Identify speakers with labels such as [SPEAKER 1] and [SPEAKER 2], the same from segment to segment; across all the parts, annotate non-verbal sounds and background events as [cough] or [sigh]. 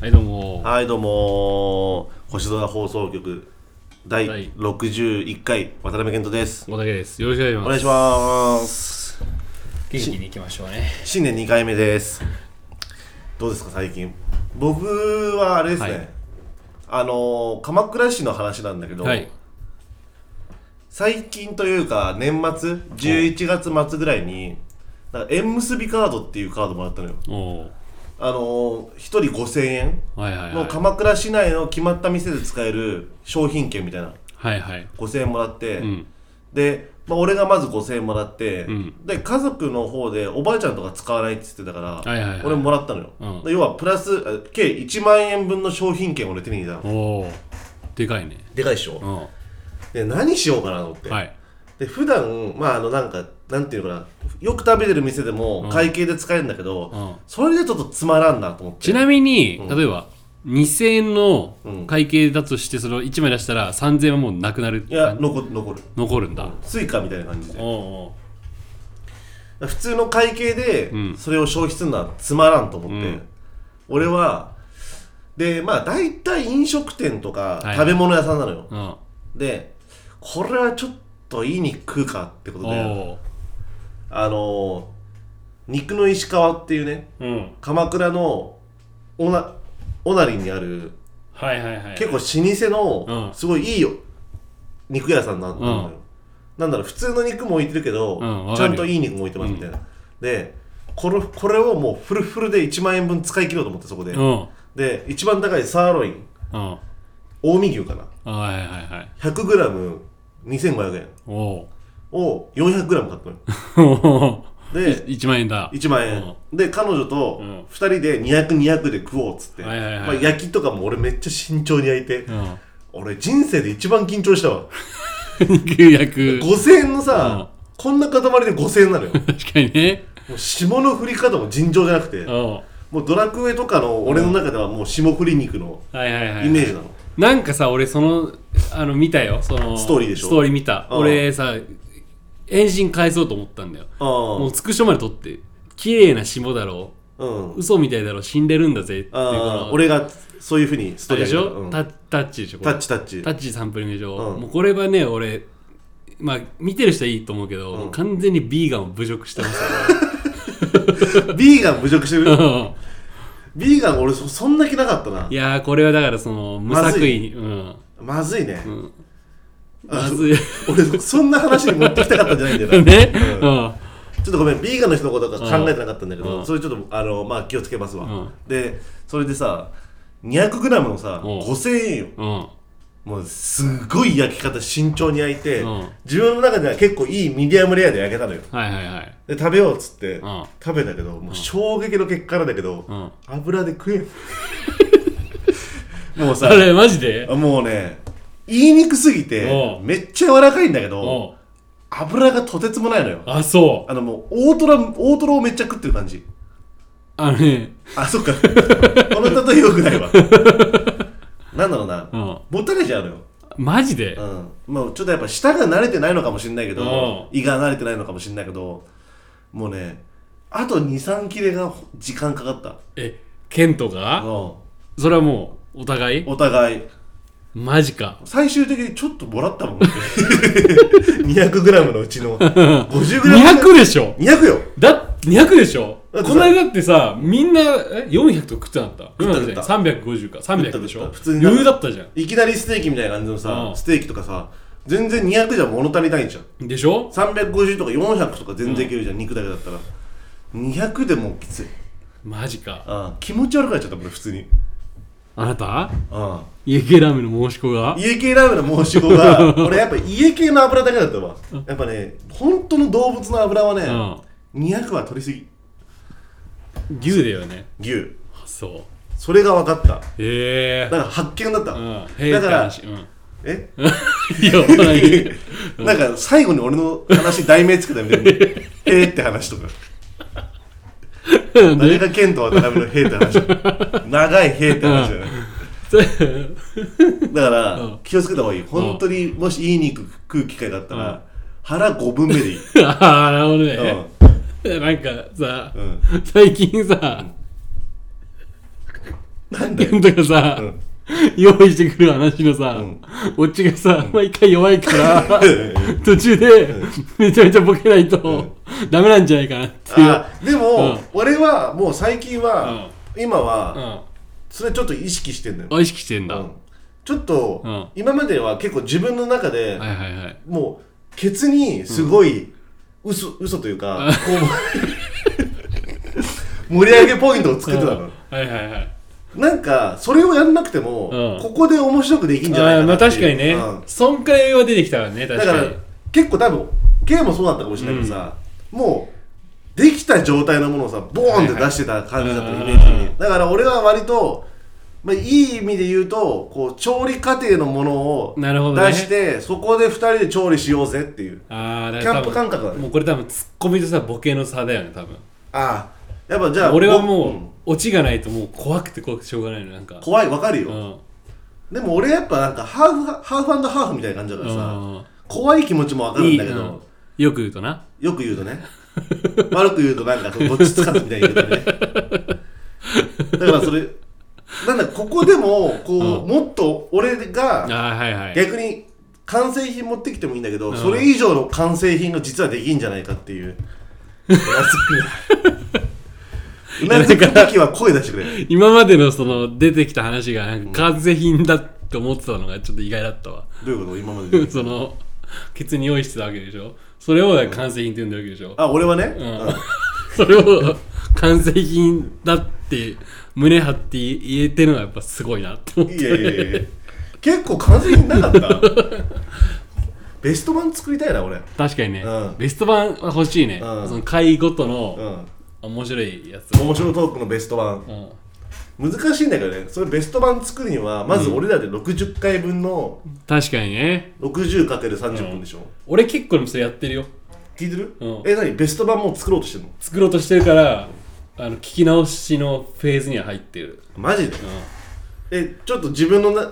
[SPEAKER 1] はいどうも
[SPEAKER 2] はいどうも星空放送局第
[SPEAKER 1] はい
[SPEAKER 2] 61回渡辺健人です
[SPEAKER 1] 小竹ですよろしくお
[SPEAKER 2] お
[SPEAKER 1] 願
[SPEAKER 2] 願
[SPEAKER 1] い
[SPEAKER 2] いし
[SPEAKER 1] しま
[SPEAKER 2] ます
[SPEAKER 3] 元気にいきましょうね
[SPEAKER 2] 新年2回目ですどうですか最近僕はあれですね、
[SPEAKER 1] はい
[SPEAKER 2] あのー鎌倉市の話なんだけ
[SPEAKER 1] す
[SPEAKER 2] ど、
[SPEAKER 1] はい
[SPEAKER 2] 最近というか年末11月末ぐらいになんか縁結びカードっていうカードもらったのよ
[SPEAKER 1] おお
[SPEAKER 2] あのー、1人5000円
[SPEAKER 1] ーはいはいは
[SPEAKER 2] の
[SPEAKER 1] い
[SPEAKER 2] 鎌倉市内の決まった店で使える商品券みたいな
[SPEAKER 1] はいはい
[SPEAKER 2] 5000円もらって、
[SPEAKER 1] うん
[SPEAKER 2] で、まあ、俺がまず5000円もらって、
[SPEAKER 1] ん
[SPEAKER 2] で家族の方でおばあちゃんとか使わないって言ってたから、
[SPEAKER 1] はいはいはい
[SPEAKER 2] 俺もらったのよ、
[SPEAKER 1] うん
[SPEAKER 2] で要はプラスあ計1万円分の商品券を俺手に入れたの
[SPEAKER 1] おおでかいね
[SPEAKER 2] でかいでしょ、
[SPEAKER 1] うんは
[SPEAKER 2] で何しようかなと思って、
[SPEAKER 1] い
[SPEAKER 2] で普段まああのなんかなんていうのかなよく食べてる店でも会計で使えるんだけど、
[SPEAKER 1] うん
[SPEAKER 2] それでちょっとつまらんなと思って
[SPEAKER 1] ちなみに例えば2000円の
[SPEAKER 2] うん
[SPEAKER 1] 会計だとしてそれを1枚出したら3000円はもうなくなる
[SPEAKER 2] いや残残る
[SPEAKER 1] 残るんだ
[SPEAKER 2] スイカみたいな感じで
[SPEAKER 1] おお
[SPEAKER 2] 普通の会計で
[SPEAKER 1] うん
[SPEAKER 2] それを消費するのはつまらんと思って、
[SPEAKER 1] うん
[SPEAKER 2] 俺はでまあ大体飲食店とか
[SPEAKER 1] はい
[SPEAKER 2] 食べ物屋さんなのよ、
[SPEAKER 1] ーうん
[SPEAKER 2] でこれはちょっといい肉食うかってこと
[SPEAKER 1] お
[SPEAKER 2] で
[SPEAKER 1] お
[SPEAKER 2] あのー肉の石川っていうね
[SPEAKER 1] うん
[SPEAKER 2] 鎌倉のおなおなりにある
[SPEAKER 1] はいはいはい
[SPEAKER 2] 結構老舗
[SPEAKER 1] う
[SPEAKER 2] の
[SPEAKER 1] ん
[SPEAKER 2] すごいいいよ肉屋さんなんだよ、
[SPEAKER 1] うん
[SPEAKER 2] なんだろう普通の肉も置いてるけど、
[SPEAKER 1] うんわ
[SPEAKER 2] ち
[SPEAKER 1] か
[SPEAKER 2] ゃ
[SPEAKER 1] る
[SPEAKER 2] ん
[SPEAKER 1] よ
[SPEAKER 2] といい肉も置いてますみたいな、でこれこれをもうフルフルで1万円分使い切ろうと思ってそこで、
[SPEAKER 1] うん
[SPEAKER 2] で一番高いサーロイン
[SPEAKER 1] うん
[SPEAKER 2] 近江牛かな
[SPEAKER 1] あはいはいはい
[SPEAKER 2] 100g2500 円
[SPEAKER 1] おお
[SPEAKER 2] を 400g 買ったのよ
[SPEAKER 1] [laughs]
[SPEAKER 2] で
[SPEAKER 1] 1万円だ
[SPEAKER 2] 1万円、で彼女と
[SPEAKER 1] うん
[SPEAKER 2] 2人で200200で食おうっつって、
[SPEAKER 1] はいはいはい
[SPEAKER 2] まあ、焼きとかも俺めっちゃ慎重に焼いて、
[SPEAKER 1] うん [laughs]
[SPEAKER 2] 俺人生で一番緊張したわ
[SPEAKER 1] 肉薬
[SPEAKER 2] 5000円のさ、こんな塊で5000円な
[SPEAKER 1] [laughs]
[SPEAKER 2] のよ
[SPEAKER 1] 確かにね
[SPEAKER 2] もう霜の降り方も尋常じゃなくて
[SPEAKER 1] お
[SPEAKER 2] もうドラクエとかの俺の中ではもう霜降り肉の
[SPEAKER 1] はいはいはい
[SPEAKER 2] イメージなの、
[SPEAKER 1] なんかさ俺そのあの見たよその
[SPEAKER 2] ストーリーでしょ
[SPEAKER 1] ストーリー見た
[SPEAKER 2] うん
[SPEAKER 1] 俺さ返信返そうと思ったんだよもう
[SPEAKER 2] あ
[SPEAKER 1] スクショまで撮って綺麗な霜だろ
[SPEAKER 2] あうん
[SPEAKER 1] 嘘みたいだろ死んでるんだぜっていう
[SPEAKER 2] あ
[SPEAKER 1] か
[SPEAKER 2] あ俺がそういうふうにス
[SPEAKER 1] あ
[SPEAKER 2] ト
[SPEAKER 1] れ
[SPEAKER 2] ーリー
[SPEAKER 1] でし
[SPEAKER 2] 上げた
[SPEAKER 1] ょ
[SPEAKER 2] うん
[SPEAKER 1] タッタッチでしょこ
[SPEAKER 2] タ
[SPEAKER 1] れ
[SPEAKER 2] ッチタッチ
[SPEAKER 1] タッチサンプリングでしょ
[SPEAKER 2] うん
[SPEAKER 1] もうこれはね俺まあ見てる人はいいと思うけどもう完全にビーガンを侮辱してますよ
[SPEAKER 2] [laughs] ビーガン侮辱して
[SPEAKER 1] う
[SPEAKER 2] る
[SPEAKER 1] ん
[SPEAKER 2] ビーガン俺そそんな気なかったない
[SPEAKER 1] やーこれはだからその無
[SPEAKER 2] まず
[SPEAKER 1] 作為
[SPEAKER 2] い
[SPEAKER 1] にうん
[SPEAKER 2] まずいね、
[SPEAKER 1] まずい
[SPEAKER 2] 俺そそんな話に持ってきたかったんじゃないんだよ
[SPEAKER 1] [laughs]
[SPEAKER 2] な
[SPEAKER 1] ね
[SPEAKER 2] う
[SPEAKER 1] うんん
[SPEAKER 2] ちょっとごめん、ビーガンの人のことは考えてなかったんだけど、
[SPEAKER 1] うん
[SPEAKER 2] それちょっとあの、まあ、気をつけますわ。
[SPEAKER 1] うん
[SPEAKER 2] で、それでさ、200g のさ、
[SPEAKER 1] うん
[SPEAKER 2] 5000円よ。
[SPEAKER 1] うん
[SPEAKER 2] もう、すごい焼き方、慎重に焼いて、
[SPEAKER 1] うん
[SPEAKER 2] 自分の中では結構いいミディアムレアで焼けたのよ。
[SPEAKER 1] はいはいはい
[SPEAKER 2] で、食べようっつって、
[SPEAKER 1] ん
[SPEAKER 2] 食べたけど、もう衝撃の結果なんだけど、
[SPEAKER 1] うん
[SPEAKER 2] 油で
[SPEAKER 1] [laughs]
[SPEAKER 2] 食えん。もうさ
[SPEAKER 1] あ、れマジで
[SPEAKER 2] もうね、言いにくすぎて
[SPEAKER 1] う、ん
[SPEAKER 2] めっちゃ柔らかいんだけ
[SPEAKER 1] お
[SPEAKER 2] ど
[SPEAKER 1] う、
[SPEAKER 2] 油がとてつもないのよ。
[SPEAKER 1] あそう
[SPEAKER 2] あのもう大トロ大トロをめっちゃ食ってる感じ
[SPEAKER 1] あのね
[SPEAKER 2] あそっか
[SPEAKER 1] [laughs]
[SPEAKER 2] この例えよくないわなんだろうな、
[SPEAKER 1] うん
[SPEAKER 2] もたれちゃうのよ
[SPEAKER 1] マジで
[SPEAKER 2] うんもうちょっとやっぱ舌が慣れてないのかもしれないけど
[SPEAKER 1] う
[SPEAKER 2] 胃が慣れてないのかもしれないけどもうねあと23切れが時間かかった
[SPEAKER 1] えケント
[SPEAKER 2] うん
[SPEAKER 1] がそれはもうお互い
[SPEAKER 2] お互い
[SPEAKER 1] マジか
[SPEAKER 2] 最終的にちょっともらったもん [laughs] 200g のうちの 50g200
[SPEAKER 1] 200でしょ
[SPEAKER 2] よ
[SPEAKER 1] だって200でしょ
[SPEAKER 2] だってさ
[SPEAKER 1] この間だってさみんなえ400とか食ってなかった
[SPEAKER 2] 食
[SPEAKER 1] 400じ
[SPEAKER 2] った
[SPEAKER 1] ゃない350か300でし
[SPEAKER 2] 食
[SPEAKER 1] ょ
[SPEAKER 2] った食った普通に
[SPEAKER 1] 余裕だったじゃ
[SPEAKER 2] いきなりステーキみたいな感じのさ、
[SPEAKER 1] うん
[SPEAKER 2] ステーキとかさ全然200じゃ物足りないじゃん
[SPEAKER 1] んでしょ
[SPEAKER 2] 350とか400とか全然いけるじゃん、肉だけだったら200でもうきつい
[SPEAKER 1] マジか
[SPEAKER 2] ああ気持ち悪くなっちゃったもん普通に
[SPEAKER 1] あなた
[SPEAKER 2] あ
[SPEAKER 1] 家系ラーメンの申し子が
[SPEAKER 2] あ家系ラーメンの申し子が俺やっぱ家系の油だけだったわやっぱね本当の動物の油はね、200は取りすぎ
[SPEAKER 1] 牛だよね
[SPEAKER 2] 牛
[SPEAKER 1] あそう
[SPEAKER 2] それが分かった
[SPEAKER 1] へえ
[SPEAKER 2] だから発見だった、
[SPEAKER 1] うん
[SPEAKER 2] だか
[SPEAKER 1] へー
[SPEAKER 2] ら [laughs]
[SPEAKER 1] って話うん
[SPEAKER 2] え
[SPEAKER 1] いや
[SPEAKER 2] [laughs]
[SPEAKER 1] 何
[SPEAKER 2] なんか最後に俺の話題名つけた
[SPEAKER 1] [laughs]
[SPEAKER 2] みたいなへーって話とか誰が剣と渡辺のへーって話長いへーって話じゃないだから、
[SPEAKER 1] うん
[SPEAKER 2] 気をつけた方がいい本当にもしいい肉食う機会があったら、
[SPEAKER 1] うん
[SPEAKER 2] 腹5分目でいい、う
[SPEAKER 1] [laughs] ああなるほどね
[SPEAKER 2] ん、
[SPEAKER 1] なんかさ
[SPEAKER 2] うん
[SPEAKER 1] 最近さ
[SPEAKER 2] な
[SPEAKER 1] [laughs]
[SPEAKER 2] んだよ
[SPEAKER 1] 健太がさ、
[SPEAKER 2] うん
[SPEAKER 1] 用意してくる話のさ、
[SPEAKER 2] ん
[SPEAKER 1] オチがさ、毎回弱い
[SPEAKER 2] [laughs]
[SPEAKER 1] から、途中で、めちゃめちゃボケないと、ダメなんじゃないかなっていう。
[SPEAKER 2] あでも、
[SPEAKER 1] うん
[SPEAKER 2] 俺はもう最近は、今は、それちょっと意識してんだよ、
[SPEAKER 1] うん。意識してんだ。
[SPEAKER 2] うんちょっと、
[SPEAKER 1] うん
[SPEAKER 2] 今までは結構自分の中で、
[SPEAKER 1] はいはいはい。
[SPEAKER 2] もうケツにすごい嘘、嘘というかこう盛り上げポイントをつけてたの、
[SPEAKER 1] はいはいはい。
[SPEAKER 2] なんかそれをやんなくても、
[SPEAKER 1] うん
[SPEAKER 2] ここで面白くできんじゃない
[SPEAKER 3] あ
[SPEAKER 2] か
[SPEAKER 3] ー
[SPEAKER 2] な
[SPEAKER 3] ま
[SPEAKER 2] っ
[SPEAKER 3] あ
[SPEAKER 2] ていう
[SPEAKER 3] 確かにね、
[SPEAKER 2] うん
[SPEAKER 3] そんくらいは出てきたらね確
[SPEAKER 2] だか
[SPEAKER 3] からに
[SPEAKER 2] 結構多分 K もそうだったかもしれないけどさ、もうできた状態のものをさボーンって出してた感じだった
[SPEAKER 1] はい
[SPEAKER 2] イ
[SPEAKER 1] はい
[SPEAKER 2] メージに、
[SPEAKER 1] うん
[SPEAKER 2] だから俺は割と、まあ、いい意味で言うとこう調理過程のものを
[SPEAKER 1] なるほどね
[SPEAKER 2] 出して、そこで2人で調理しようぜっていう
[SPEAKER 1] ああ、だ
[SPEAKER 2] キャン
[SPEAKER 1] 多
[SPEAKER 2] プ
[SPEAKER 1] 分
[SPEAKER 2] 感覚だね
[SPEAKER 1] もうこれ多分、ツッコミとさ、ボケの差だよね、多分。
[SPEAKER 2] ああやっぱじゃ
[SPEAKER 1] [laughs]
[SPEAKER 2] あ
[SPEAKER 1] 俺は
[SPEAKER 2] ぼ
[SPEAKER 1] も
[SPEAKER 2] ん
[SPEAKER 1] う、オチがないともう怖くて怖くてしょうがないの、なんか。
[SPEAKER 2] 怖いわか
[SPEAKER 1] う
[SPEAKER 2] るよ、
[SPEAKER 1] ん。
[SPEAKER 2] でも俺やっぱなんかハーフハーフハーフみたいな感じだからさ、
[SPEAKER 1] うん
[SPEAKER 2] 怖い気持ちもわかるんだけど
[SPEAKER 1] うんよく言うとな。
[SPEAKER 2] よく言うとね [laughs] 悪く言うとなんかこうどっちつかずみたいな言うとねだからそれなんだここでもこう、
[SPEAKER 1] うん
[SPEAKER 2] もっと俺
[SPEAKER 1] あ
[SPEAKER 2] が
[SPEAKER 1] あ、はいはい。
[SPEAKER 2] 逆に完成品持ってきてもいいんだけど、
[SPEAKER 1] ん
[SPEAKER 2] それ以上の完成品が実はできんじゃないかっ
[SPEAKER 1] [laughs]
[SPEAKER 2] ていううなずく時は声出してくれ
[SPEAKER 1] 今までのその、出てきた話が、なんか完成品だって思ってたのがちょっと意外だったわ。
[SPEAKER 2] どういうこと今まで
[SPEAKER 1] [laughs]
[SPEAKER 2] で
[SPEAKER 1] その、ケツに用意してたわけでしょ。それを完成品って呼んでるわけでしょ。
[SPEAKER 2] あ俺はね、
[SPEAKER 1] ん
[SPEAKER 2] うん
[SPEAKER 1] それ
[SPEAKER 2] [laughs]
[SPEAKER 1] を完成品だって胸張って言えてるのがやっぱすごいなって思って
[SPEAKER 2] いやいやいやいや結構完成品なかった
[SPEAKER 1] [laughs]
[SPEAKER 2] ベスト版作りたいな俺う
[SPEAKER 1] 確かにね、
[SPEAKER 2] うん
[SPEAKER 1] ベスト版は欲しいね、
[SPEAKER 2] うん
[SPEAKER 1] その回ごとの
[SPEAKER 2] ん
[SPEAKER 1] 面白いやつを、
[SPEAKER 2] 面白トークのベスト版
[SPEAKER 1] うん
[SPEAKER 2] 難しいんだけどねそれベスト版作るにはまず俺らで60回分の
[SPEAKER 1] 確かにね
[SPEAKER 2] 60×30 分でしょ、
[SPEAKER 1] 俺結構でもそれやってるよ
[SPEAKER 2] 聞いてる、
[SPEAKER 1] うん
[SPEAKER 2] え何ベスト版もう作ろうとしてんの
[SPEAKER 1] 作ろうとしてるからあの聞き直しのフェーズには入ってる、
[SPEAKER 2] マジで
[SPEAKER 1] うん
[SPEAKER 2] えちょっと自分のな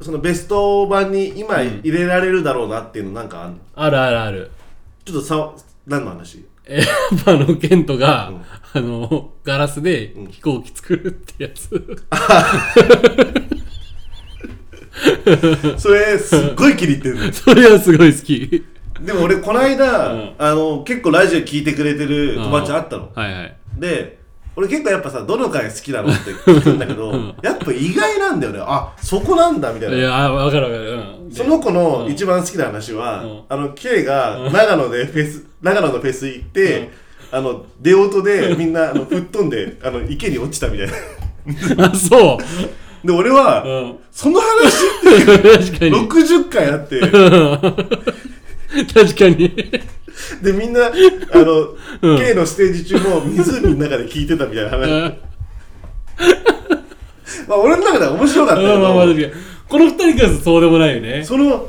[SPEAKER 2] そのベスト版に今入れられるだろうなっていうのなんかあんの
[SPEAKER 1] あるあるある [laughs]
[SPEAKER 2] ちょっとさ何の話
[SPEAKER 1] えやっぱあのケントが、
[SPEAKER 2] うん
[SPEAKER 1] あのガラスで飛行機作るってやつ、 [laughs]
[SPEAKER 2] それすっごい気に入ってるのよ
[SPEAKER 1] それはすごい好き
[SPEAKER 2] でも俺この間、
[SPEAKER 1] うん
[SPEAKER 2] あの結構ラジオ聞いてくれてる友達あったの、
[SPEAKER 1] はいはい
[SPEAKER 2] で俺結構やっぱさどの回好きなのって聞くんだけど、
[SPEAKER 1] [laughs]
[SPEAKER 2] やっぱ意外なんだよねあそこなんだみたいない
[SPEAKER 1] やあ分かる分かる、うん、で
[SPEAKER 2] その子の一番好きな話は、
[SPEAKER 1] うん
[SPEAKER 2] あの K が長野でフェス長野のフェス行って、あの出音でみんなあの吹っ飛んであの池に落ちたみたいな
[SPEAKER 1] あそう
[SPEAKER 2] で俺は、
[SPEAKER 1] うん
[SPEAKER 2] その話
[SPEAKER 1] 確かに
[SPEAKER 2] 60回
[SPEAKER 1] [laughs]
[SPEAKER 2] あって
[SPEAKER 1] 確かに
[SPEAKER 2] でみんなあの、K のステージ中も湖の中で聞いてたみたいな話、まあ俺の中では面白かったけ
[SPEAKER 1] うんまあまあ
[SPEAKER 2] ど、
[SPEAKER 1] 確かにこの二人からするとそうでもないよね
[SPEAKER 2] その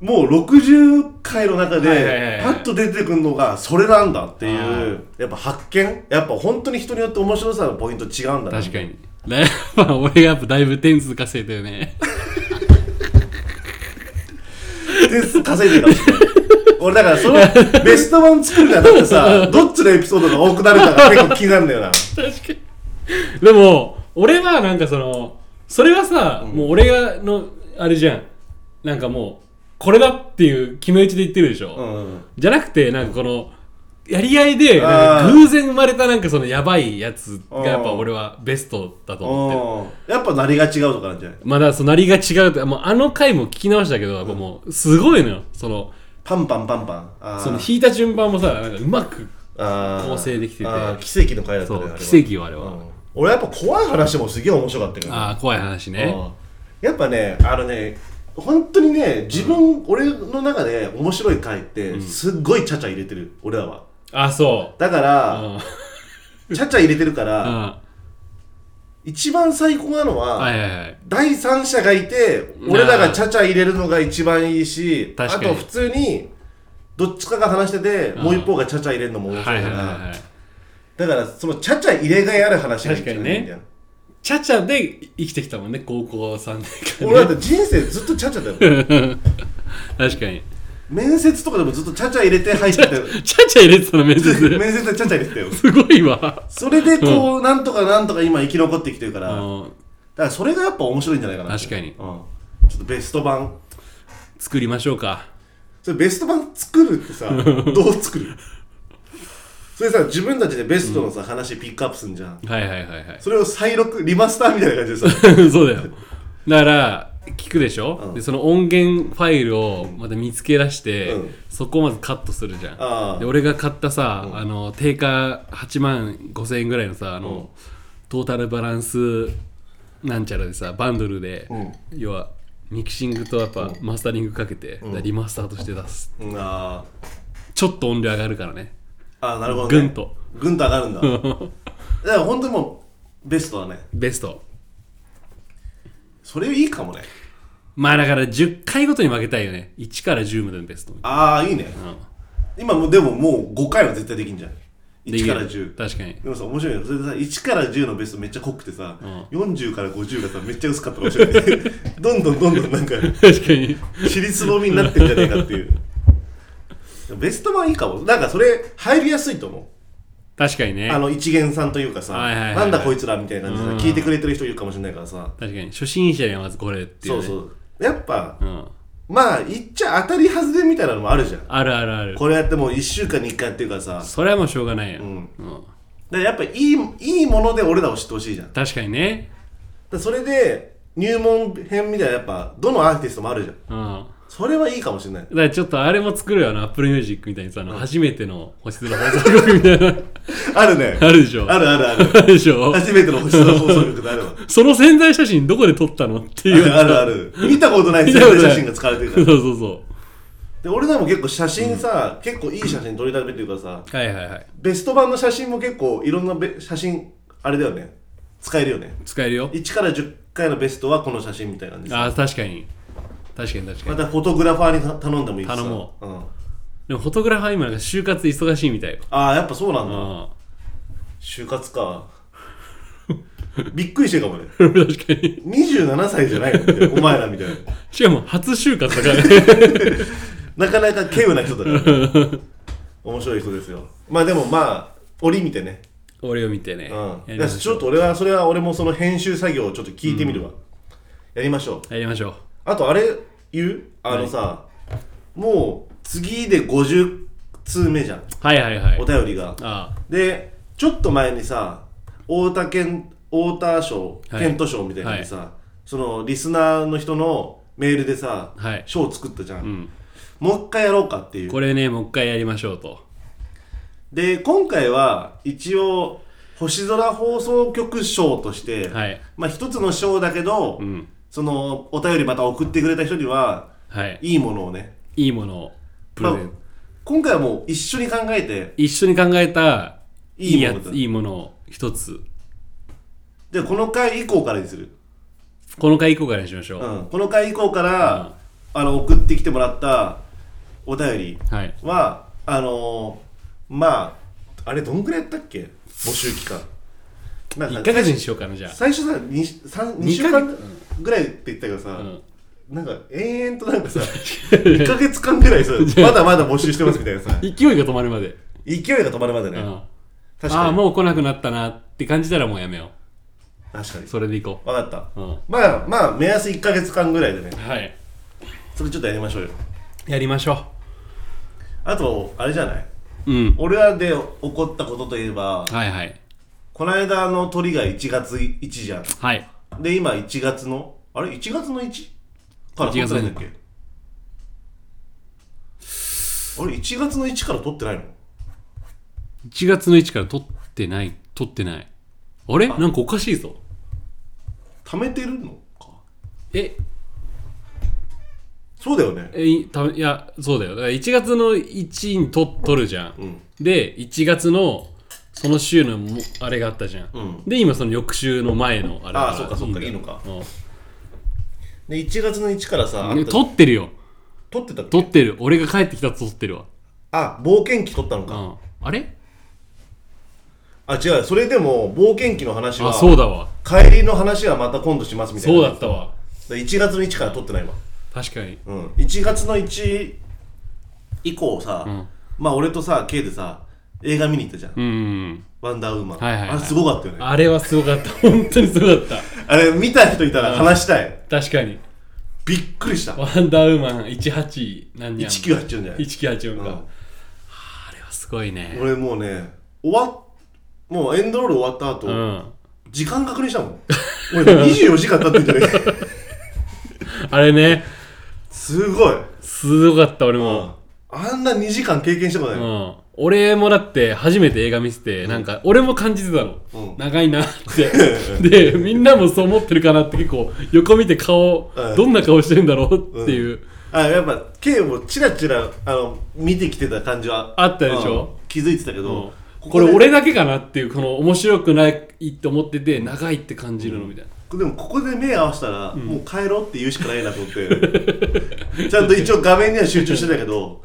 [SPEAKER 2] もう60回の中
[SPEAKER 1] はいはいはい
[SPEAKER 2] で
[SPEAKER 1] はい
[SPEAKER 2] パッと出てくるのがそれなんだっていう、
[SPEAKER 1] あ
[SPEAKER 2] やっぱ発見やっぱ本当に人によって面白さのポイント違うんだな
[SPEAKER 1] 確かにだやっぱ俺がやっぱだいぶ点数稼いだよね
[SPEAKER 2] 点数稼いでるかもしれない [laughs] 俺だからそのベスト版作るにあたっ
[SPEAKER 1] [laughs]
[SPEAKER 2] てさどっちのエピソードが多くなるかが結構気になるんだよな
[SPEAKER 1] 確かにでも俺はなんかそのそれはさ、もう俺がのあれじゃんなんかもうこれだっていう決め打ちで言ってるでしょ、
[SPEAKER 2] うん
[SPEAKER 1] じゃなくてなんかこのやり合いで
[SPEAKER 2] あ
[SPEAKER 1] な
[SPEAKER 2] ー
[SPEAKER 1] んか偶然生まれたなんかそのやばいやつがやっぱ俺はベストだと思ってる
[SPEAKER 2] うんやっぱ何が違うとかなんじゃない
[SPEAKER 1] まだそのなりが違うってもうあの回も聞き直したけどやっぱもうすごいのよその
[SPEAKER 2] パンパンパンパンあー
[SPEAKER 1] その弾いた順番もさなんかうまく
[SPEAKER 2] あー
[SPEAKER 1] 構成できてて
[SPEAKER 2] あー奇跡の回だった
[SPEAKER 1] そ
[SPEAKER 2] ねあれ
[SPEAKER 1] う
[SPEAKER 2] は
[SPEAKER 1] 奇跡よあれは、
[SPEAKER 2] うん俺やっぱ怖い話もすげえ面白かったけど
[SPEAKER 1] ああ怖い話ね
[SPEAKER 2] うんやっぱねあのね本当にね自分、俺の中で面白い回ってすっごいちゃちゃ入れてる俺らは
[SPEAKER 1] あそ
[SPEAKER 2] だか
[SPEAKER 1] う
[SPEAKER 2] ら
[SPEAKER 1] うん
[SPEAKER 2] ちゃちゃ入れてるから、
[SPEAKER 1] うん
[SPEAKER 2] 一番最高なのは、
[SPEAKER 1] はいはいはい
[SPEAKER 2] 第三者がいて俺らがちゃちゃ入れるのが一番いいしあ
[SPEAKER 1] 確かに
[SPEAKER 2] と普通にどっちかが話してて、
[SPEAKER 1] うん
[SPEAKER 2] もう一方がちゃちゃ入れるのも面
[SPEAKER 1] は
[SPEAKER 2] 白い
[SPEAKER 1] い
[SPEAKER 2] か
[SPEAKER 1] はい
[SPEAKER 2] ら、
[SPEAKER 1] はいはい
[SPEAKER 2] だからそのちゃちゃ入れがいある話が一番いいんだよ
[SPEAKER 1] 確かにちゃちゃで生きてきたもんね高校3年間ね [laughs]
[SPEAKER 2] 俺だって人生ずっとちゃちゃだよ
[SPEAKER 1] 確かに
[SPEAKER 2] 面接とかでもずっとちゃちゃ入れて入ってたよ
[SPEAKER 1] ちゃちゃ入れてたの面接 [laughs]
[SPEAKER 2] 面接でちゃちゃ入れてたよ
[SPEAKER 1] すごいわ
[SPEAKER 2] それでこう、なんとかなんとか今生き残ってきてるから、
[SPEAKER 1] あの
[SPEAKER 2] からそれがやっぱ面白いんじゃないかなって
[SPEAKER 1] 確かに
[SPEAKER 2] うん、ちょっとベスト版
[SPEAKER 1] 作りましょうか
[SPEAKER 2] それベスト版作るってさどう作るそれさ自分たちでベストのさ、話ピックアップすんじゃん
[SPEAKER 1] はいはいはいはい
[SPEAKER 2] それを再録リマスターみたいな感じで
[SPEAKER 1] [laughs]
[SPEAKER 2] さ
[SPEAKER 1] そうだよだから聞くでしょ、
[SPEAKER 2] うん
[SPEAKER 1] でその音源ファイルをまた見つけ出して、
[SPEAKER 2] うん
[SPEAKER 1] そこをまずカットするじゃん
[SPEAKER 2] ああ
[SPEAKER 1] で俺が買ったさ、あの定価8万5千円ぐらいのさあの、トータルバランスなんちゃらでさバンドルで、
[SPEAKER 2] ん
[SPEAKER 1] 要はミキシングとやっぱマスタリングかけて、だからリマスターとして出す
[SPEAKER 2] うんあー
[SPEAKER 1] ちょっと音量上がるからね
[SPEAKER 2] あーなるほどね
[SPEAKER 1] ぐんと
[SPEAKER 2] ぐんと上がる
[SPEAKER 1] [laughs]
[SPEAKER 2] んだだから本当にもうベストだね
[SPEAKER 1] ベスト
[SPEAKER 2] それいいかもね
[SPEAKER 1] まあだから10回ごとに負けたいよね1から10までのベストみたい
[SPEAKER 2] ああいいね、
[SPEAKER 1] な、うん
[SPEAKER 2] 今もうでももう5回は絶対できんじゃん
[SPEAKER 1] でき
[SPEAKER 2] 1
[SPEAKER 1] る
[SPEAKER 2] から10
[SPEAKER 1] 確かに
[SPEAKER 2] でもさ面白いよそれでさ1から10のベストめっちゃ濃くてさ、
[SPEAKER 1] う
[SPEAKER 2] 40から50がさめっちゃ薄かったかもしれない
[SPEAKER 1] [laughs]
[SPEAKER 2] どんどんどんどんなんか
[SPEAKER 1] 確かに
[SPEAKER 2] 尻つぼみになってんじゃねえかっていうベスト版いいかもなんかそれ入りやすいと思う
[SPEAKER 1] 確かにね
[SPEAKER 2] あの一元さんというかさ、
[SPEAKER 1] はいはいはいはい
[SPEAKER 2] なんだこいつらみたいな感じで
[SPEAKER 1] うん
[SPEAKER 2] 聞いてくれてる人いるかもしれないからさ、
[SPEAKER 1] 確かに初心者にはまずこれっていう、
[SPEAKER 2] そう
[SPEAKER 1] ね、
[SPEAKER 2] そうやっぱ、
[SPEAKER 1] うん、
[SPEAKER 2] まあ言っちゃ当たり外れみたいなのもあるじゃん
[SPEAKER 1] あるあるある
[SPEAKER 2] これやってもう1週間に1回やってるからさだか
[SPEAKER 1] それはもうしょうがないよ、
[SPEAKER 2] ん
[SPEAKER 1] うん
[SPEAKER 2] らやっぱいいいいもので俺らを知ってほしいじゃんだか
[SPEAKER 1] 確かにね
[SPEAKER 2] らそれで入門編みたいなやっぱどのアーティストもあるじゃん
[SPEAKER 1] うん
[SPEAKER 2] それはいいかもしれない
[SPEAKER 1] だからちょっとあれも作るよな、アップルミュージックみたいにさ、あの初めての星空放送局みたいな、
[SPEAKER 2] あるね
[SPEAKER 1] あるでしょ。
[SPEAKER 2] [laughs] あるあるある [laughs]
[SPEAKER 1] あるでしょ。
[SPEAKER 2] 初めての星空放送局であるわ
[SPEAKER 1] その潜在写真どこで撮ったのっていう。
[SPEAKER 2] あるあるある見たことない全部写真が使われてるか
[SPEAKER 1] そう
[SPEAKER 2] ら
[SPEAKER 1] そうそ
[SPEAKER 2] で俺らも結構写真さ、結構いい写真撮りためてるからさ
[SPEAKER 1] う。はいはいはい。
[SPEAKER 2] ベスト版の写真も結構いろんなべ写真あれだよね使えるよね
[SPEAKER 1] 使えるよ。
[SPEAKER 2] 1から10回のベストはこの写真みたいなんです
[SPEAKER 1] ああ、確かに。確かに確か
[SPEAKER 2] ま
[SPEAKER 1] に。
[SPEAKER 2] たフォトグラファーにた頼んでもいいしさ
[SPEAKER 1] 頼も
[SPEAKER 2] う、ん、
[SPEAKER 1] でもフォトグラファー今なんか就活忙しいみたいよ。
[SPEAKER 2] ああやっぱそうなんだ、
[SPEAKER 1] あ
[SPEAKER 2] 就活かびっくりしてるかもね
[SPEAKER 1] あ。確かに。
[SPEAKER 2] 27歳じゃないのってお前らみたい
[SPEAKER 1] [laughs]
[SPEAKER 2] な
[SPEAKER 1] しかも初就活だからね。
[SPEAKER 2] なかなか稀有な人だから、面白い人ですよまあでもまあ折見てね
[SPEAKER 1] 俺を見てね。
[SPEAKER 2] う
[SPEAKER 1] や
[SPEAKER 2] ん、
[SPEAKER 1] りま
[SPEAKER 2] だから
[SPEAKER 1] し
[SPEAKER 2] ち
[SPEAKER 1] ょ
[SPEAKER 2] ょっと俺はそれは俺もその編集作業をちょっと聞いてみるわ、やりましょう
[SPEAKER 1] う。やりましょう。
[SPEAKER 2] あとあれ言うあのさ、もう次で50通目じゃん
[SPEAKER 1] はいはいはい
[SPEAKER 2] お。便りが
[SPEAKER 1] あ
[SPEAKER 2] でちょっと前にさ太田健太田賞
[SPEAKER 1] はい
[SPEAKER 2] 健人賞みたいなのでさ、そのリスナーの人のメールでさ
[SPEAKER 1] はい
[SPEAKER 2] 賞、を作ったじゃん、
[SPEAKER 1] ん
[SPEAKER 2] もう一回やろうかってい
[SPEAKER 1] あ。
[SPEAKER 2] う
[SPEAKER 1] これね、もう一回やりましょうと。
[SPEAKER 2] で今回は一応星空放送局賞として、
[SPEAKER 1] はい。
[SPEAKER 2] まあ一つの賞だけど、
[SPEAKER 1] うん。
[SPEAKER 2] そのお便りまた送ってくれた人には
[SPEAKER 1] はい。
[SPEAKER 2] いいものをね
[SPEAKER 1] いいものをプレゼン
[SPEAKER 2] まあ
[SPEAKER 1] ト。
[SPEAKER 2] 今回はもう一緒に考えて
[SPEAKER 1] 一緒に考えたい
[SPEAKER 2] いい
[SPEAKER 1] い
[SPEAKER 2] も
[SPEAKER 1] や
[SPEAKER 2] のだ
[SPEAKER 1] ついいものを一つ
[SPEAKER 2] でこの回以降からにする、
[SPEAKER 1] この回以降からにしましょ
[SPEAKER 2] う
[SPEAKER 1] う、
[SPEAKER 2] ん、この回以降から、あの送ってきてもらったお便り
[SPEAKER 1] はい
[SPEAKER 2] はあのーまああれどんぐらいやったっけ募集期間なん
[SPEAKER 1] 1
[SPEAKER 2] か
[SPEAKER 1] ヶ月にしようかなじゃ
[SPEAKER 2] 最初さ 2, 三二
[SPEAKER 1] 二
[SPEAKER 2] 週
[SPEAKER 1] ヶ月
[SPEAKER 2] 間ぐらいって言ったけどさ、
[SPEAKER 1] あ、うん、
[SPEAKER 2] なんか延々となんかさ1ヶ月間ぐらいさ
[SPEAKER 1] [laughs]
[SPEAKER 2] まだまだ募集してますみたいなさ
[SPEAKER 1] 勢いが止まるまで、
[SPEAKER 2] 勢いが止まるまで
[SPEAKER 1] う
[SPEAKER 2] ね、
[SPEAKER 1] ん、あ
[SPEAKER 2] 確かに
[SPEAKER 1] あもう来なくなったなって感じたらもうやめよ
[SPEAKER 2] 確かに
[SPEAKER 1] うそれでいこ
[SPEAKER 2] 分かった
[SPEAKER 1] う、うん、
[SPEAKER 2] まあまあ目安1か月間ぐらいでね
[SPEAKER 1] はい
[SPEAKER 2] それちょっとやりましょうよ
[SPEAKER 1] やりましょ
[SPEAKER 2] あとあれじゃないう
[SPEAKER 1] うん
[SPEAKER 2] 俺らで起こったことといえば
[SPEAKER 1] はいはい
[SPEAKER 2] この間の鳥が1月1じゃ
[SPEAKER 1] はい
[SPEAKER 2] んで今1月のあれ1月の 1? か
[SPEAKER 1] 1
[SPEAKER 2] ら撮っ
[SPEAKER 1] 月
[SPEAKER 2] て
[SPEAKER 1] の
[SPEAKER 2] ないんだっけあれ1月の1から撮ってないの
[SPEAKER 1] 1月の1から撮ってない撮ってないあれなんかおかしいぞ
[SPEAKER 2] 貯めてるのか
[SPEAKER 1] え
[SPEAKER 2] そうだよね
[SPEAKER 1] えいたいやそうだよだから1月の1にと撮るじゃん、
[SPEAKER 2] ん
[SPEAKER 1] で1月のその週のもあれがあったじゃん、
[SPEAKER 2] うん
[SPEAKER 1] で今その翌週の前のあれだら
[SPEAKER 2] あーそっかそっかいいのか
[SPEAKER 1] う
[SPEAKER 2] で1月の1からさあ
[SPEAKER 1] ん
[SPEAKER 2] ん
[SPEAKER 1] ね
[SPEAKER 2] た
[SPEAKER 1] 撮ってるよ
[SPEAKER 2] 撮ってたっ
[SPEAKER 1] 撮
[SPEAKER 2] け
[SPEAKER 1] ってる俺が帰ってきたと撮ってるわ、
[SPEAKER 2] あ冒険記撮ったの
[SPEAKER 1] う
[SPEAKER 2] か
[SPEAKER 1] ん、あれ
[SPEAKER 2] あ違うそれでも冒険記の話は
[SPEAKER 1] あそうだわ
[SPEAKER 2] 帰りの話はまた今度しますみたいな
[SPEAKER 1] そうだったわ
[SPEAKER 2] だ1月の1から撮ってないわ、
[SPEAKER 1] 確かに
[SPEAKER 2] うん、1月の1以降さ、
[SPEAKER 1] ん
[SPEAKER 2] まあ俺とさ K でさ映画見に行ったじゃん、
[SPEAKER 1] うん
[SPEAKER 2] ワンダーウーマン、
[SPEAKER 1] はいはいはい
[SPEAKER 2] あれすごかったよねあ
[SPEAKER 1] あれはすごかった [laughs] 本当にすごかった
[SPEAKER 2] れ見た人いたら話したい、
[SPEAKER 1] 確かに
[SPEAKER 2] びっくりした
[SPEAKER 1] ワンダーウーマン18何やん
[SPEAKER 2] 1984じゃない、
[SPEAKER 1] 1984
[SPEAKER 2] う
[SPEAKER 1] か、
[SPEAKER 2] ん
[SPEAKER 1] あれはすごいね
[SPEAKER 2] 俺もうね終わっもうエンドロール終わった後、
[SPEAKER 1] うん
[SPEAKER 2] 時間確認したもん俺24時間経ってんじゃねえか
[SPEAKER 1] あれね
[SPEAKER 2] すごい、
[SPEAKER 1] すごかった俺
[SPEAKER 2] う
[SPEAKER 1] も、
[SPEAKER 2] ん、あんな2時間経験したことな
[SPEAKER 1] う
[SPEAKER 2] い、
[SPEAKER 1] ん、俺もだって初めて映画見せて、なんか俺も感じてたの、
[SPEAKER 2] うん
[SPEAKER 1] 長いなって [laughs] でみんなもそう思ってるかなって結構横見て顔、
[SPEAKER 2] うん
[SPEAKER 1] どんな顔してるんだろうっていう、
[SPEAKER 2] あやっぱ K もチラチラあの見てきてた感じは
[SPEAKER 1] あったでしょ、
[SPEAKER 2] うん気づいてたけ
[SPEAKER 1] うん
[SPEAKER 2] ど、
[SPEAKER 1] こ
[SPEAKER 2] こ
[SPEAKER 1] れ
[SPEAKER 2] で
[SPEAKER 1] 俺だけかなっていうこの面白くないって思ってて長いって感じるのみたいな、
[SPEAKER 2] でもここで目合わせたら、もう帰ろうって言うしかないなと思って [laughs] ちゃんと一応画面には集中してたけど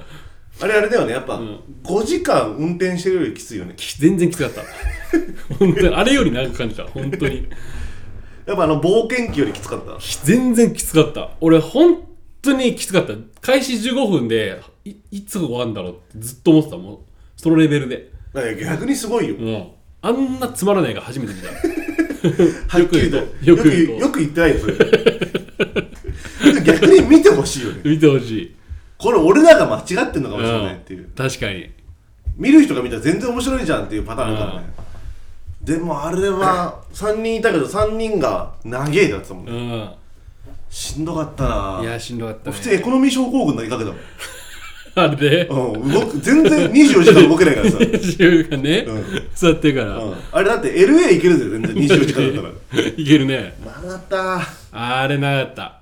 [SPEAKER 2] あれあれだよねやっぱ、
[SPEAKER 1] ん
[SPEAKER 2] 5時間運転してるよりきついよね
[SPEAKER 1] き全然きつかった [laughs] 本当にあれより長く感じた本当に
[SPEAKER 2] やっぱあの冒険記よりきつかった
[SPEAKER 1] き全然きつかった俺本当にきつかった開始15分でいいつ終わるんだろうってずっと思ってたもんそのレベルで
[SPEAKER 2] なんか逆にすごいよ、
[SPEAKER 1] もうあんなつまらないが初めて見た [laughs]
[SPEAKER 2] はっきりと
[SPEAKER 1] よ
[SPEAKER 2] よ
[SPEAKER 1] く
[SPEAKER 2] く
[SPEAKER 1] 言うと
[SPEAKER 2] よく言ってないよそれ逆に見てほしいよね
[SPEAKER 1] 見てほしい、
[SPEAKER 2] これ俺らが間違ってんのかもしれないっていう、
[SPEAKER 1] うん確かに
[SPEAKER 2] 見る人が見たら全然面白いじゃんっていうパターンだからね、でもあれは3人いたけど3人が長えだってたもんね、
[SPEAKER 1] うん
[SPEAKER 2] しんどかったない
[SPEAKER 1] やしんどかった、ね、
[SPEAKER 2] 普通エコノミー症候群になりかけたもん、
[SPEAKER 1] あれで
[SPEAKER 2] うん、動く全然24時間動けないからさ、う
[SPEAKER 1] 週がね、
[SPEAKER 2] うん
[SPEAKER 1] 座ってるから、
[SPEAKER 2] ん、あれだって LA 行けるぜ全然24時間だっ
[SPEAKER 1] いけるね
[SPEAKER 2] たらまだった
[SPEAKER 1] あれなかった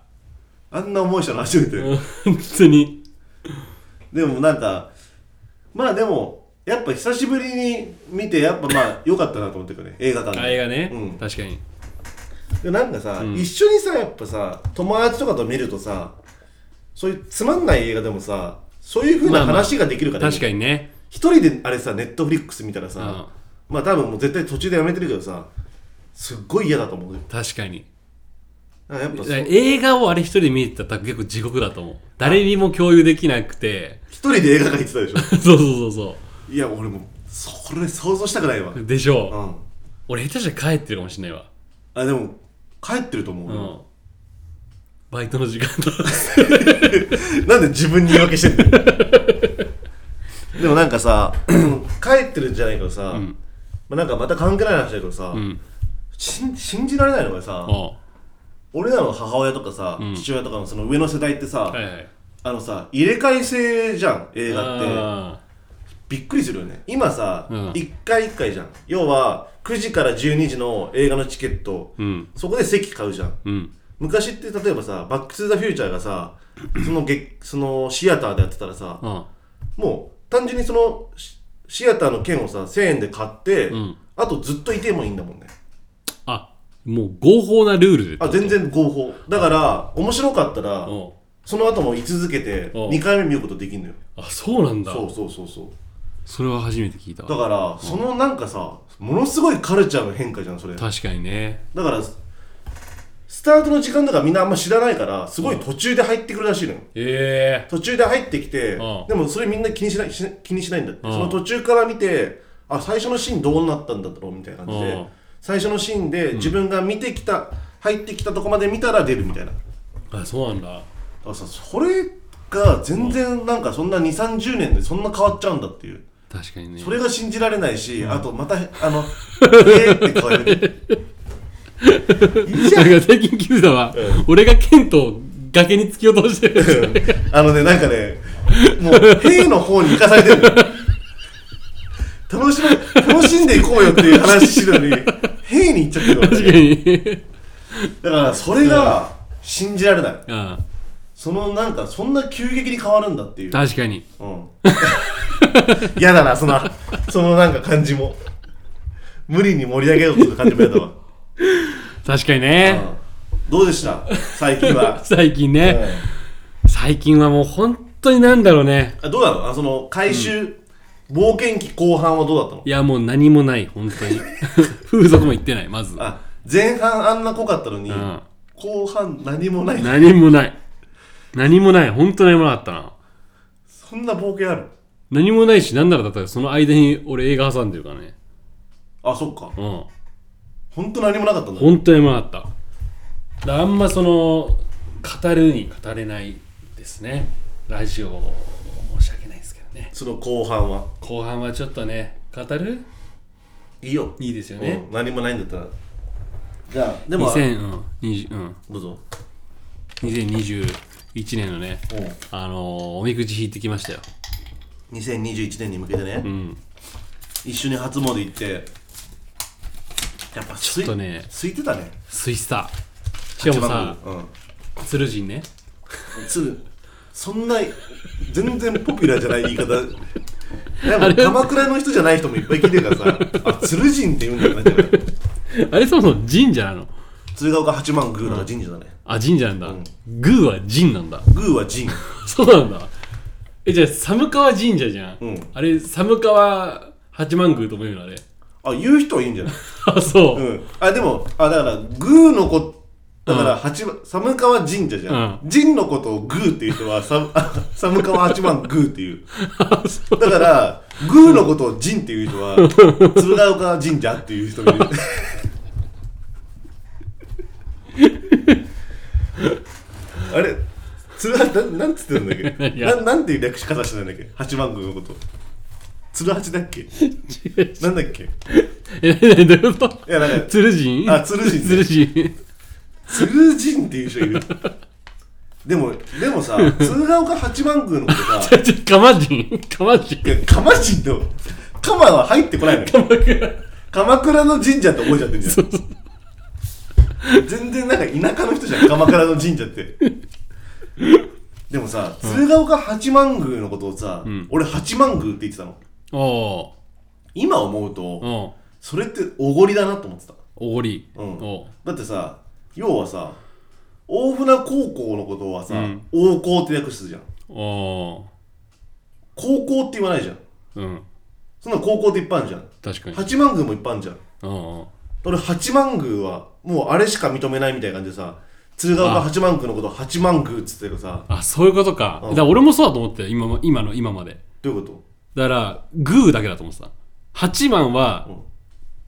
[SPEAKER 2] あんな思いしたの初めて、
[SPEAKER 1] うん本当に
[SPEAKER 2] でもなんかまあでもやっぱ久しぶりに見てやっぱまあ良かったなと思ってるよね映画館
[SPEAKER 1] あれがね、
[SPEAKER 2] うん
[SPEAKER 1] 確かに
[SPEAKER 2] でなんかさ、一緒にさやっぱさ友達とかと見るとさそういうつまんない映画でもさそういうふう
[SPEAKER 1] ま
[SPEAKER 2] な
[SPEAKER 1] あまあ
[SPEAKER 2] 話ができるから、
[SPEAKER 1] 確かにね
[SPEAKER 2] 一人であれさネットフリックス見たらさ、まあ多分もう絶対途中でやめてるけどさすっごい嫌だと思うよ
[SPEAKER 1] 確かに
[SPEAKER 2] なんかやっぱそう
[SPEAKER 1] 映画をあれ一人で見てたら結構地獄だと思う誰にも共有できなく
[SPEAKER 2] [laughs]
[SPEAKER 1] て
[SPEAKER 2] 一人で映画館行ってたでしょ
[SPEAKER 1] そうそうそうそ
[SPEAKER 2] いや俺もうそれ想像したくないわ
[SPEAKER 1] う
[SPEAKER 2] う
[SPEAKER 1] んでしょう、俺下手したら帰ってるかもしれないわ
[SPEAKER 2] あでも帰ってると思う
[SPEAKER 1] う
[SPEAKER 2] よ、
[SPEAKER 1] んバイトの時
[SPEAKER 2] [laughs]
[SPEAKER 1] 間と
[SPEAKER 2] なんで自分に言い訳してんのでもなんかさ [clears throat] 帰ってるんじゃないけどさ、まあ、なんかまた関係ない話だけどさ、
[SPEAKER 1] ん
[SPEAKER 2] しん信じられないのがさ、
[SPEAKER 1] おう
[SPEAKER 2] 俺らの母親とかさ、父親とかのその上の世代ってさ、
[SPEAKER 1] はいはい
[SPEAKER 2] あのさ入れ替え制じゃん映画って
[SPEAKER 1] あ
[SPEAKER 2] びっくりするよね今さ、
[SPEAKER 1] うん
[SPEAKER 2] 一回一回じゃん要は9時から12時の映画のチケット、
[SPEAKER 1] ーうん
[SPEAKER 2] そこで席買うじゃん
[SPEAKER 1] うん
[SPEAKER 2] 昔って例えばさ「バック・トゥ・ザ・フューチャー」がさそのげそのシアターでやってたらさ、
[SPEAKER 1] うん
[SPEAKER 2] もう単純にそのシシアターの券をさ1000円で買って、
[SPEAKER 1] ん
[SPEAKER 2] あとずっといてもいいんだもんね
[SPEAKER 1] あもう合法なルールで
[SPEAKER 2] あ全然合法だから面白かったら
[SPEAKER 1] おう
[SPEAKER 2] その後も居続けて
[SPEAKER 1] うん
[SPEAKER 2] 2回目見ることできんのよ
[SPEAKER 1] あそうなんだ
[SPEAKER 2] そうそうそうそう
[SPEAKER 1] それは初めて聞いた
[SPEAKER 2] だ
[SPEAKER 1] わ
[SPEAKER 2] からそのなんかさものすごいカルチャーの変化じゃんそれだか
[SPEAKER 1] 確かにね
[SPEAKER 2] らスタートの時間とかみんなあんま知らないからすごい途中で入ってくるらしいのよ
[SPEAKER 1] ええ
[SPEAKER 2] 途中で入ってきて、
[SPEAKER 1] うん
[SPEAKER 2] でもそれみんな気にしないし気にしないんだって、
[SPEAKER 1] うん
[SPEAKER 2] その途中から見てあ最初のシーンどうなったんだろうみたいな感じで、
[SPEAKER 1] うん
[SPEAKER 2] 最初のシーンで自分が見てきた、入ってきたとこまで見たら出るみたいなだか
[SPEAKER 1] あそうなんだ
[SPEAKER 2] らさそれが全然なんかそんな2 3 0年でそんな変わっちゃうんだっていう
[SPEAKER 1] 確かにね
[SPEAKER 2] それが信じられないし、あとまたあの「えーって変わるいいじゃん
[SPEAKER 1] なんか最近聞いたわ、俺がケントを崖に突き落として
[SPEAKER 2] [laughs]
[SPEAKER 1] る
[SPEAKER 2] [laughs] あのね、なんかね、もう、兵の方に行かされてるのよ楽しめ楽しんでいこうよっていう話してるのに、兵に行っちゃってるわ
[SPEAKER 1] 確か
[SPEAKER 2] け。
[SPEAKER 1] に
[SPEAKER 2] だから、それが信じられない。
[SPEAKER 1] あ
[SPEAKER 2] その、なんか、そんな急激に変わるんだっていう。
[SPEAKER 1] 確かに
[SPEAKER 2] うん。 [laughs] 嫌だな、その、そのなんか感じも。無理に盛り上げようとする感じも嫌だわ。
[SPEAKER 1] 確かに
[SPEAKER 2] う
[SPEAKER 1] ね、。
[SPEAKER 2] んどうでした最近は
[SPEAKER 1] 最近ね、
[SPEAKER 2] うん
[SPEAKER 1] 最近はもう本当になんだろうね
[SPEAKER 2] あどうだろうあその、回収、冒険期後半はどうだったの
[SPEAKER 1] いやもう何もない本当に [laughs] 風俗も行ってないまず
[SPEAKER 2] あ前半あんな濃かったのに、
[SPEAKER 1] ん
[SPEAKER 2] 後半何もない
[SPEAKER 1] 何もない何もない本当何もなかったな
[SPEAKER 2] そんな冒険ある
[SPEAKER 1] 何もないし何ならだったらその間に俺映画挟んでるからね
[SPEAKER 2] あそっか
[SPEAKER 1] うん
[SPEAKER 2] 本当何もなかったんだ
[SPEAKER 1] 本当にうまかっただからあんまその語るに語れないですねラジオ申し訳ないですけどね
[SPEAKER 2] その後半は
[SPEAKER 1] 後半はちょっとね語る
[SPEAKER 2] いいよ
[SPEAKER 1] いいですよね
[SPEAKER 2] うん何もないんだったらじゃあでも
[SPEAKER 1] 2020うん
[SPEAKER 2] どうぞ
[SPEAKER 1] 2021年のね
[SPEAKER 2] うん
[SPEAKER 1] あのーおみくじ引いてきましたよ
[SPEAKER 2] 2021年に向けてね、
[SPEAKER 1] うん
[SPEAKER 2] 一緒に初詣行ってやっぱち
[SPEAKER 1] ょっとね
[SPEAKER 2] 空いてたね
[SPEAKER 1] スイスターしかもさ
[SPEAKER 2] 一番うん
[SPEAKER 1] 鶴神ね
[SPEAKER 2] つるそんな全然ポピュラーじゃない言い方で
[SPEAKER 1] あ
[SPEAKER 2] も
[SPEAKER 1] れ
[SPEAKER 2] 鎌倉の人じゃない人もいっぱい聞いてるからさあ鶴神って言うんだなっちゃう
[SPEAKER 1] あれそもそも神社なの
[SPEAKER 2] 鶴岡八幡宮とか神社だね、
[SPEAKER 1] あ神社なんだ、グーは神なんだ
[SPEAKER 2] 宮は神
[SPEAKER 1] そうなんだえじゃあ寒川神社じゃん、
[SPEAKER 2] うん
[SPEAKER 1] あれ寒川八幡宮とも言うのあれ [laughs]
[SPEAKER 2] あ言う人はいいんじゃない
[SPEAKER 1] あそう、
[SPEAKER 2] うんあでもあだから宮のこだから八幡寒川神社じゃん、神のことを宮っていう人はさ [laughs] 寒川八幡宮って [laughs] いうだから宮のことを神っていう人は鶴岡神社っていう人がいる [laughs] あれ鶴岡ななんつってたんだっけ
[SPEAKER 1] いや
[SPEAKER 2] ななんていう略し方してたんだっけ八幡宮のこと鶴八だっ [laughs] けなんだっけい
[SPEAKER 1] え何どういうこと
[SPEAKER 2] やなんか
[SPEAKER 1] 鶴神
[SPEAKER 2] あ鶴神ね
[SPEAKER 1] 鶴神
[SPEAKER 2] 鶴神っていう人いるでもでもさ鶴岡八幡宮のこと
[SPEAKER 1] [laughs]
[SPEAKER 2] さ
[SPEAKER 1] ちょちょ鎌神鎌神
[SPEAKER 2] いや鎌神と鎌は入ってこないのよ
[SPEAKER 1] 鎌倉
[SPEAKER 2] 鎌倉の神社って覚えちゃってんじゃん全然なんか田舎の人じゃん鎌倉の神社ってでもさ鶴岡八幡宮のことをさ、俺八幡宮って言ってたの
[SPEAKER 1] お
[SPEAKER 2] 今思うと、
[SPEAKER 1] うおう
[SPEAKER 2] それっておごりだなと思ってた
[SPEAKER 1] おごり、
[SPEAKER 2] うん
[SPEAKER 1] おう
[SPEAKER 2] だってさ要はさ大船高校のことはさ、
[SPEAKER 1] ん
[SPEAKER 2] 王校って訳すじゃん
[SPEAKER 1] お
[SPEAKER 2] 高校って言わないじゃん
[SPEAKER 1] ううん
[SPEAKER 2] そんな高校っていっぱいあるじゃん
[SPEAKER 1] 確かに
[SPEAKER 2] 八幡宮もいっぱいあるじゃん
[SPEAKER 1] おうおう
[SPEAKER 2] 俺八幡宮はもうあれしか認めないみたいな感じでさ鶴岡八幡宮のことを八幡宮っつってるけどさ
[SPEAKER 1] あそういうことか
[SPEAKER 2] うん
[SPEAKER 1] だから俺もそうだと思ってた今も今の今まで
[SPEAKER 2] どういうこ
[SPEAKER 1] だからグーだけだと思ってた8番は
[SPEAKER 2] うん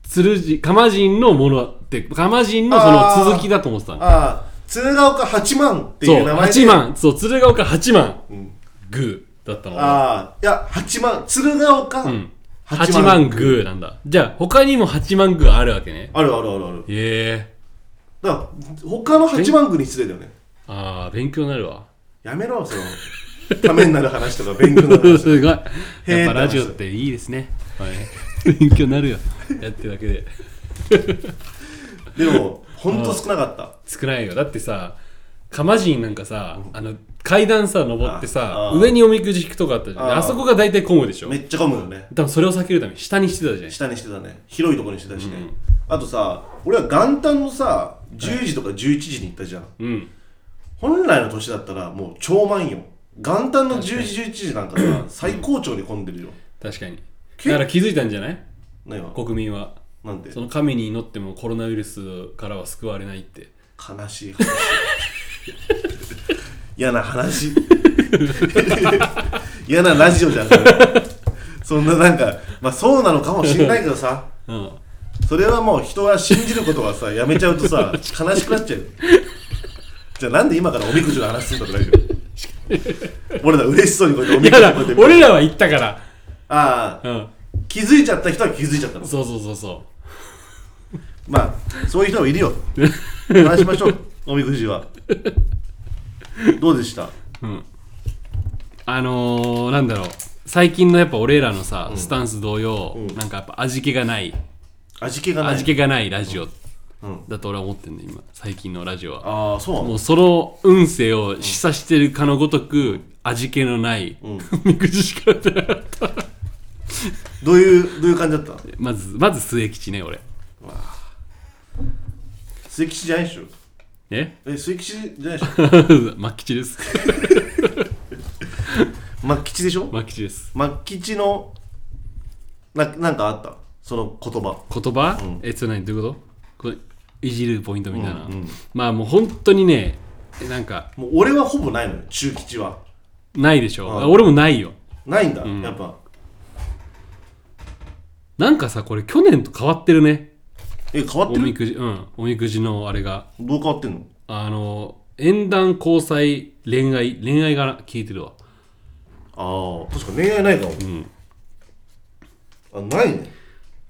[SPEAKER 1] 鶴神釜神のものって釜神のそ
[SPEAKER 2] あー
[SPEAKER 1] の続きだと思ってた
[SPEAKER 2] と
[SPEAKER 1] の
[SPEAKER 2] ああ鶴岡八幡ってい
[SPEAKER 1] そうう
[SPEAKER 2] 名前で
[SPEAKER 1] 8番そう鶴岡8番
[SPEAKER 2] うん
[SPEAKER 1] グーだったの俺
[SPEAKER 2] ああいや八幡鶴岡
[SPEAKER 1] ん
[SPEAKER 2] 八
[SPEAKER 1] 8万グーなんだじゃあ他にも8万グーあるわけね
[SPEAKER 2] あるあるあるある
[SPEAKER 1] へえ
[SPEAKER 2] だから他の八幡宮に失礼だよね
[SPEAKER 1] ああ勉強になるわ
[SPEAKER 2] やめろそのためになる話とか勉強になる
[SPEAKER 1] [laughs]
[SPEAKER 2] 話
[SPEAKER 1] すごいやっ
[SPEAKER 2] へえ
[SPEAKER 1] ぱラジオっていいですねはい勉強になるよやってるだけで
[SPEAKER 2] でもほんと少なかった
[SPEAKER 1] 少ないよだってさ釜人なんかさ、あの階段さ登って
[SPEAKER 2] あ
[SPEAKER 1] さ
[SPEAKER 2] あー
[SPEAKER 1] 上におみくじ引くとかあったじゃん
[SPEAKER 2] あ
[SPEAKER 1] あ
[SPEAKER 2] ー
[SPEAKER 1] そこが大体混むでしょ
[SPEAKER 2] めっちゃ混むよね
[SPEAKER 1] 多分それを避けるために下にしてたじゃん
[SPEAKER 2] 下にしてたね広いところにしてたしね、あとさ俺は元旦のさ10時とか11時に行ったじゃん、
[SPEAKER 1] うん
[SPEAKER 2] 本来の年だったらもう超満よ元旦の10時11時なんかさ最高潮に混んでるよ
[SPEAKER 1] 確かに
[SPEAKER 2] け
[SPEAKER 1] だから気づいたんじゃない
[SPEAKER 2] 何が
[SPEAKER 1] 国民は
[SPEAKER 2] なんで
[SPEAKER 1] その神に祈ってもコロナウイルスからは救われないって
[SPEAKER 2] 悲しい話 [laughs] 嫌な話嫌なラジオじゃんそれそんななんかまあそうなのかもしれないけどさ
[SPEAKER 1] うん
[SPEAKER 2] [laughs] それはもう人は信じることはさやめちゃう
[SPEAKER 1] [laughs]
[SPEAKER 2] とさ悲しくなっちゃうじゃあなんで今からおみくじの話すんだってなるよ俺ら嬉しそうにこうやっておみ
[SPEAKER 1] だ
[SPEAKER 2] く
[SPEAKER 1] か
[SPEAKER 2] じ
[SPEAKER 1] ら
[SPEAKER 2] こうやって見て
[SPEAKER 1] 俺らは言ったから
[SPEAKER 2] ああ
[SPEAKER 1] うん
[SPEAKER 2] 気づいちゃった人は気づいちゃったの
[SPEAKER 1] そうそうそうそ
[SPEAKER 2] まあそういう人もいるよ話しましょうおみくじはどうでした
[SPEAKER 1] ううんあのー、なんだろう最近のやっぱ俺らのさ、スタンス同様、
[SPEAKER 2] うん
[SPEAKER 1] なんかやっぱ味気がない
[SPEAKER 2] 味気がない
[SPEAKER 1] 味気がないラジオ
[SPEAKER 2] うん
[SPEAKER 1] だと俺は思ってんだよ今最近のラジオは
[SPEAKER 2] ああそうな
[SPEAKER 1] も
[SPEAKER 2] の
[SPEAKER 1] うその運勢を示唆してるかのごとく味気のない、
[SPEAKER 2] うん
[SPEAKER 1] [laughs] みくじしか出なかった
[SPEAKER 2] どういうどういう感じだった
[SPEAKER 1] まずまず末吉ね俺
[SPEAKER 2] 末吉じゃないでしょ
[SPEAKER 1] ね
[SPEAKER 2] え末吉じゃないでしょ
[SPEAKER 1] [laughs] 末吉です [laughs]
[SPEAKER 2] 末吉でしょ
[SPEAKER 1] 末吉です
[SPEAKER 2] 末吉のななんかあったその言葉
[SPEAKER 1] 言葉、
[SPEAKER 2] うん
[SPEAKER 1] えそれ何どういうことこれいじるポイントみたいな、
[SPEAKER 2] うんうん
[SPEAKER 1] まあもう本当にねなんか
[SPEAKER 2] もう俺はほぼないのよ中吉は
[SPEAKER 1] ないでしょ、
[SPEAKER 2] うん
[SPEAKER 1] 俺もないよ
[SPEAKER 2] ないんだ、
[SPEAKER 1] ん
[SPEAKER 2] やっぱ
[SPEAKER 1] なんかさこれ去年と変わってるね
[SPEAKER 2] え変わっ
[SPEAKER 1] お
[SPEAKER 2] て
[SPEAKER 1] み
[SPEAKER 2] る
[SPEAKER 1] くじうんおみくじのあれが
[SPEAKER 2] どう変わってんの
[SPEAKER 1] あの縁談交際恋愛恋愛が聞いてるわ
[SPEAKER 2] ああ確か恋愛ないかも、あないね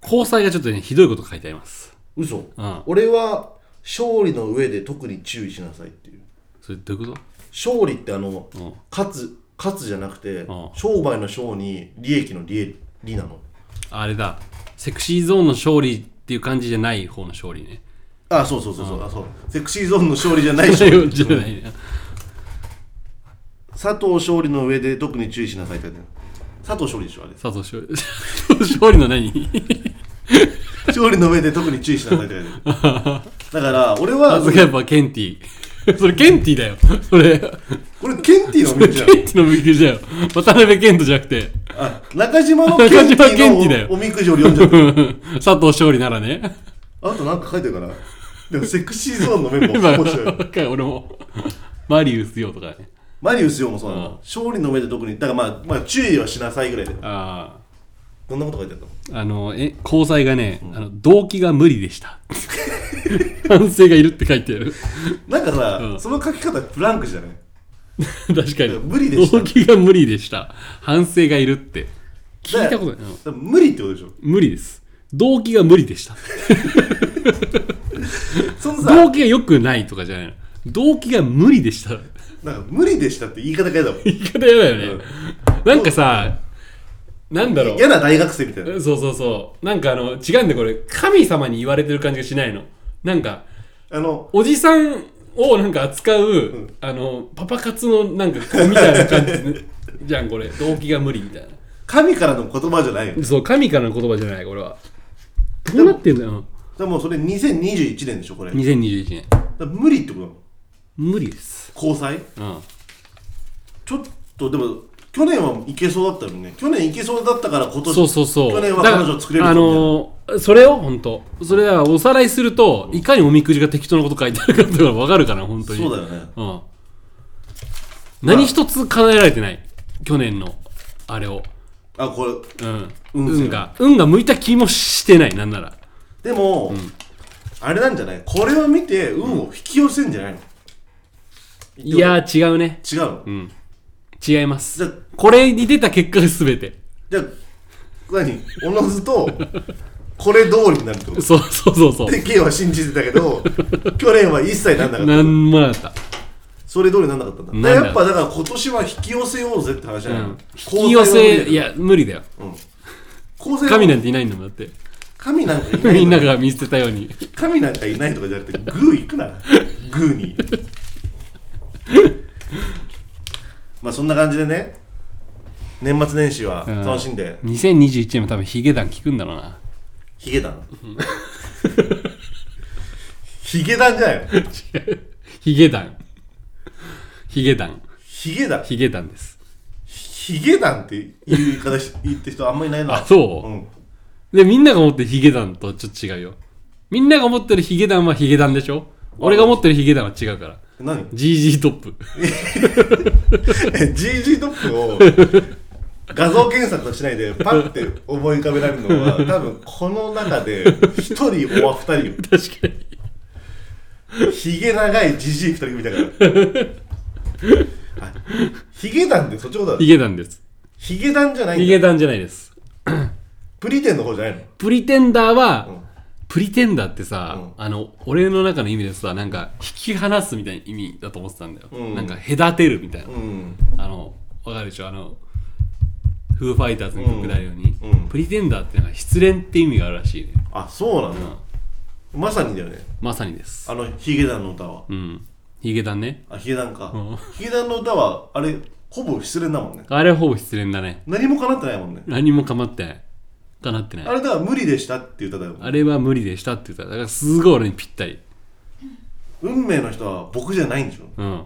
[SPEAKER 1] 交際がちょっとねひどいこと書いてあります
[SPEAKER 2] 嘘、
[SPEAKER 1] ん
[SPEAKER 2] 俺は勝利の上で特に注意しなさいっていう
[SPEAKER 1] それどういうこ
[SPEAKER 2] 勝利ってあの、
[SPEAKER 1] ん
[SPEAKER 2] 勝つ勝つじゃなくて、
[SPEAKER 1] ん
[SPEAKER 2] 商売の商に利益の利利なの
[SPEAKER 1] とあれだセクシーゾーンの勝利っていう感じじゃない方の勝利ね [laughs]
[SPEAKER 2] あそうそうそうそう,、あそうセクシーゾーンの勝利じゃない
[SPEAKER 1] じ
[SPEAKER 2] 勝 [laughs] 利
[SPEAKER 1] ゃないね
[SPEAKER 2] 佐藤勝利の上で特に注意しなさいって書いてある佐藤勝利でしょあれ
[SPEAKER 1] 佐藤勝利佐藤勝利 [laughs] の何
[SPEAKER 2] 勝利の上で特に注意しなさいって書いてあるだから俺は
[SPEAKER 1] あそれやっぱケンティー [laughs] それケンティーだよそれ
[SPEAKER 2] これケンティーの
[SPEAKER 1] ケン
[SPEAKER 2] 上じゃん
[SPEAKER 1] ティーのおみくじだよ渡辺健人じゃなくて
[SPEAKER 2] あ中島のケンテ
[SPEAKER 1] 中島
[SPEAKER 2] ィ
[SPEAKER 1] ケンティーだよ
[SPEAKER 2] ーのおおみくじを読んじゃった
[SPEAKER 1] 佐藤勝利ならね
[SPEAKER 2] あとなんか書いてるかなでもセクシーゾーンのメモ
[SPEAKER 1] 今 [laughs]
[SPEAKER 2] 面白い
[SPEAKER 1] 俺もマリウスよとかね
[SPEAKER 2] マリウスよもそうなの、
[SPEAKER 1] うん
[SPEAKER 2] 勝利の上で特にだからまあ、まあ、注意はしなさいぐらいで
[SPEAKER 1] ああ
[SPEAKER 2] どんなこと書いてあるの
[SPEAKER 1] あのえ交際がね、あの動機が無理でした [laughs] 反省がいるって書いてある [laughs]
[SPEAKER 2] なんかさ、
[SPEAKER 1] うん
[SPEAKER 2] その書き方フランクじゃない
[SPEAKER 1] 確かに
[SPEAKER 2] 無理でした
[SPEAKER 1] 動機が無理でした反省がいるって聞いたことない、うん
[SPEAKER 2] だから無理ってことでしょ
[SPEAKER 1] 無理です動機が無理でした
[SPEAKER 2] そのさ
[SPEAKER 1] 動機が良くないとかじゃないの動機が無理でした
[SPEAKER 2] なんか無理でしたって言い方が嫌だもん
[SPEAKER 1] 言い方やだよね、なんかさなんだろう
[SPEAKER 2] 嫌な大学生みたいな
[SPEAKER 1] そうそうそうなんかあの違うんでこれ神様に言われてる感じがしないのなんか
[SPEAKER 2] あの
[SPEAKER 1] おじさんをなんか扱う、あのパパ活のなんか子みたいな感じです
[SPEAKER 2] [laughs]
[SPEAKER 1] ねじゃんこれ動機が無理みたいな
[SPEAKER 2] 神からの言葉じゃないよね
[SPEAKER 1] そう神からの言葉じゃないこれはどうなってんだよ
[SPEAKER 2] でもうそれ2021年でしょこれ
[SPEAKER 1] うん
[SPEAKER 2] だか
[SPEAKER 1] 2021年
[SPEAKER 2] ら無理ってことなの
[SPEAKER 1] 無理です
[SPEAKER 2] 交際
[SPEAKER 1] うん
[SPEAKER 2] ちょっとでも去年はいけそうだったのにね去年いけそうだったから今年
[SPEAKER 1] そうそうそう
[SPEAKER 2] 去年は
[SPEAKER 1] だか
[SPEAKER 2] 彼
[SPEAKER 1] ら
[SPEAKER 2] 女を作れる
[SPEAKER 1] あ
[SPEAKER 2] みたいな
[SPEAKER 1] のーそれを本当それだからおさらいするといかにおみくじが適当なこと書いてあるかっていうのが分かるかな本当に
[SPEAKER 2] そうだよね
[SPEAKER 1] うん何一つ叶えられてない去年のあれを
[SPEAKER 2] あこれ
[SPEAKER 1] うん、
[SPEAKER 2] 運勢
[SPEAKER 1] 運が運が向いた気もしてないなんなら
[SPEAKER 2] でも、あれなんじゃないこれを見て運を引き寄せんじゃないの
[SPEAKER 1] いやー違うね
[SPEAKER 2] 違うの、
[SPEAKER 1] 違いま
[SPEAKER 2] じゃ
[SPEAKER 1] すこれに出た結果が全て
[SPEAKER 2] じゃあ何おのずとこれ通りになるってこと
[SPEAKER 1] そうそうそうそ
[SPEAKER 2] で K は信じてたけど去年は一切なんなか
[SPEAKER 1] う
[SPEAKER 2] った
[SPEAKER 1] なんもなかっ
[SPEAKER 2] それ通りなんなかったんだ
[SPEAKER 1] ん
[SPEAKER 2] だ
[SPEAKER 1] ない
[SPEAKER 2] からやっぱだから今年は引き寄せようぜって話じゃ
[SPEAKER 1] た、う
[SPEAKER 2] ないの、
[SPEAKER 1] ん、引き寄せいや無理だよ
[SPEAKER 2] 構成
[SPEAKER 1] 神なんていないんだもんだって
[SPEAKER 2] 神なんかいない
[SPEAKER 1] みんな
[SPEAKER 2] とか
[SPEAKER 1] が見捨てたように
[SPEAKER 2] 神なんかいないとかじゃなくてグー行くなグーにまあそんな感じでね年末年始は
[SPEAKER 1] うん
[SPEAKER 2] 楽しんで、
[SPEAKER 1] 2021年も多分ヒゲダン効くんだろうな
[SPEAKER 2] ヒゲダンヒゲダンじゃないの
[SPEAKER 1] ヒゲダンヒゲダン
[SPEAKER 2] ヒゲダン
[SPEAKER 1] ヒゲダンです
[SPEAKER 2] ヒゲダンっていう言い方し言ってる人あんまりいないな
[SPEAKER 1] あそう
[SPEAKER 2] うん、
[SPEAKER 1] でみんなが思ってるヒゲダンとはちょっと違うよみんなが思ってるヒゲダンはヒゲダンでしょ俺が思ってるヒゲダンは違うから
[SPEAKER 2] 何
[SPEAKER 1] GG トップ
[SPEAKER 2] GG トップを画像検索しないでパッて思い浮かべられるのは多分この中で一人おわ二人よ
[SPEAKER 1] [laughs] 確かに
[SPEAKER 2] ひげ長いじじい二人みたいなあひげ団ってそっちのことだ
[SPEAKER 1] ヒゲダンです
[SPEAKER 2] ひげ団じゃない
[SPEAKER 1] ヒ
[SPEAKER 2] んだ
[SPEAKER 1] ゲダンじゃないです
[SPEAKER 2] プリテンの方じゃないの
[SPEAKER 1] プリテンダーは、
[SPEAKER 2] ん
[SPEAKER 1] プリテンダーってさ、
[SPEAKER 2] うん
[SPEAKER 1] あの俺の中の意味でさなんか引き離すみたいな意味だと思ってたんだよ、
[SPEAKER 2] うん
[SPEAKER 1] なんか隔てるみたいな、
[SPEAKER 2] うん
[SPEAKER 1] あのわかるでしょあのフーファイターズの曲だように、
[SPEAKER 2] うんうん
[SPEAKER 1] プリテンダーってなんか失恋って意味があるらしいね、
[SPEAKER 2] あそうなんだ、まさにだよね
[SPEAKER 1] まさにです
[SPEAKER 2] あのひげ団の歌は
[SPEAKER 1] うんヒゲダンね
[SPEAKER 2] あひげ団か、
[SPEAKER 1] ん
[SPEAKER 2] ひげ団の歌はあれほぼ失恋だもんね
[SPEAKER 1] あれはほぼ失恋だね
[SPEAKER 2] 何も叶ってないもんね
[SPEAKER 1] 何もかまってないかなってない
[SPEAKER 2] あれだから無理でしたっていう歌だよ
[SPEAKER 1] あれは無理でしたって言っただからすごい俺にぴったり
[SPEAKER 2] 運命の人は僕じゃないんでしょ
[SPEAKER 1] うん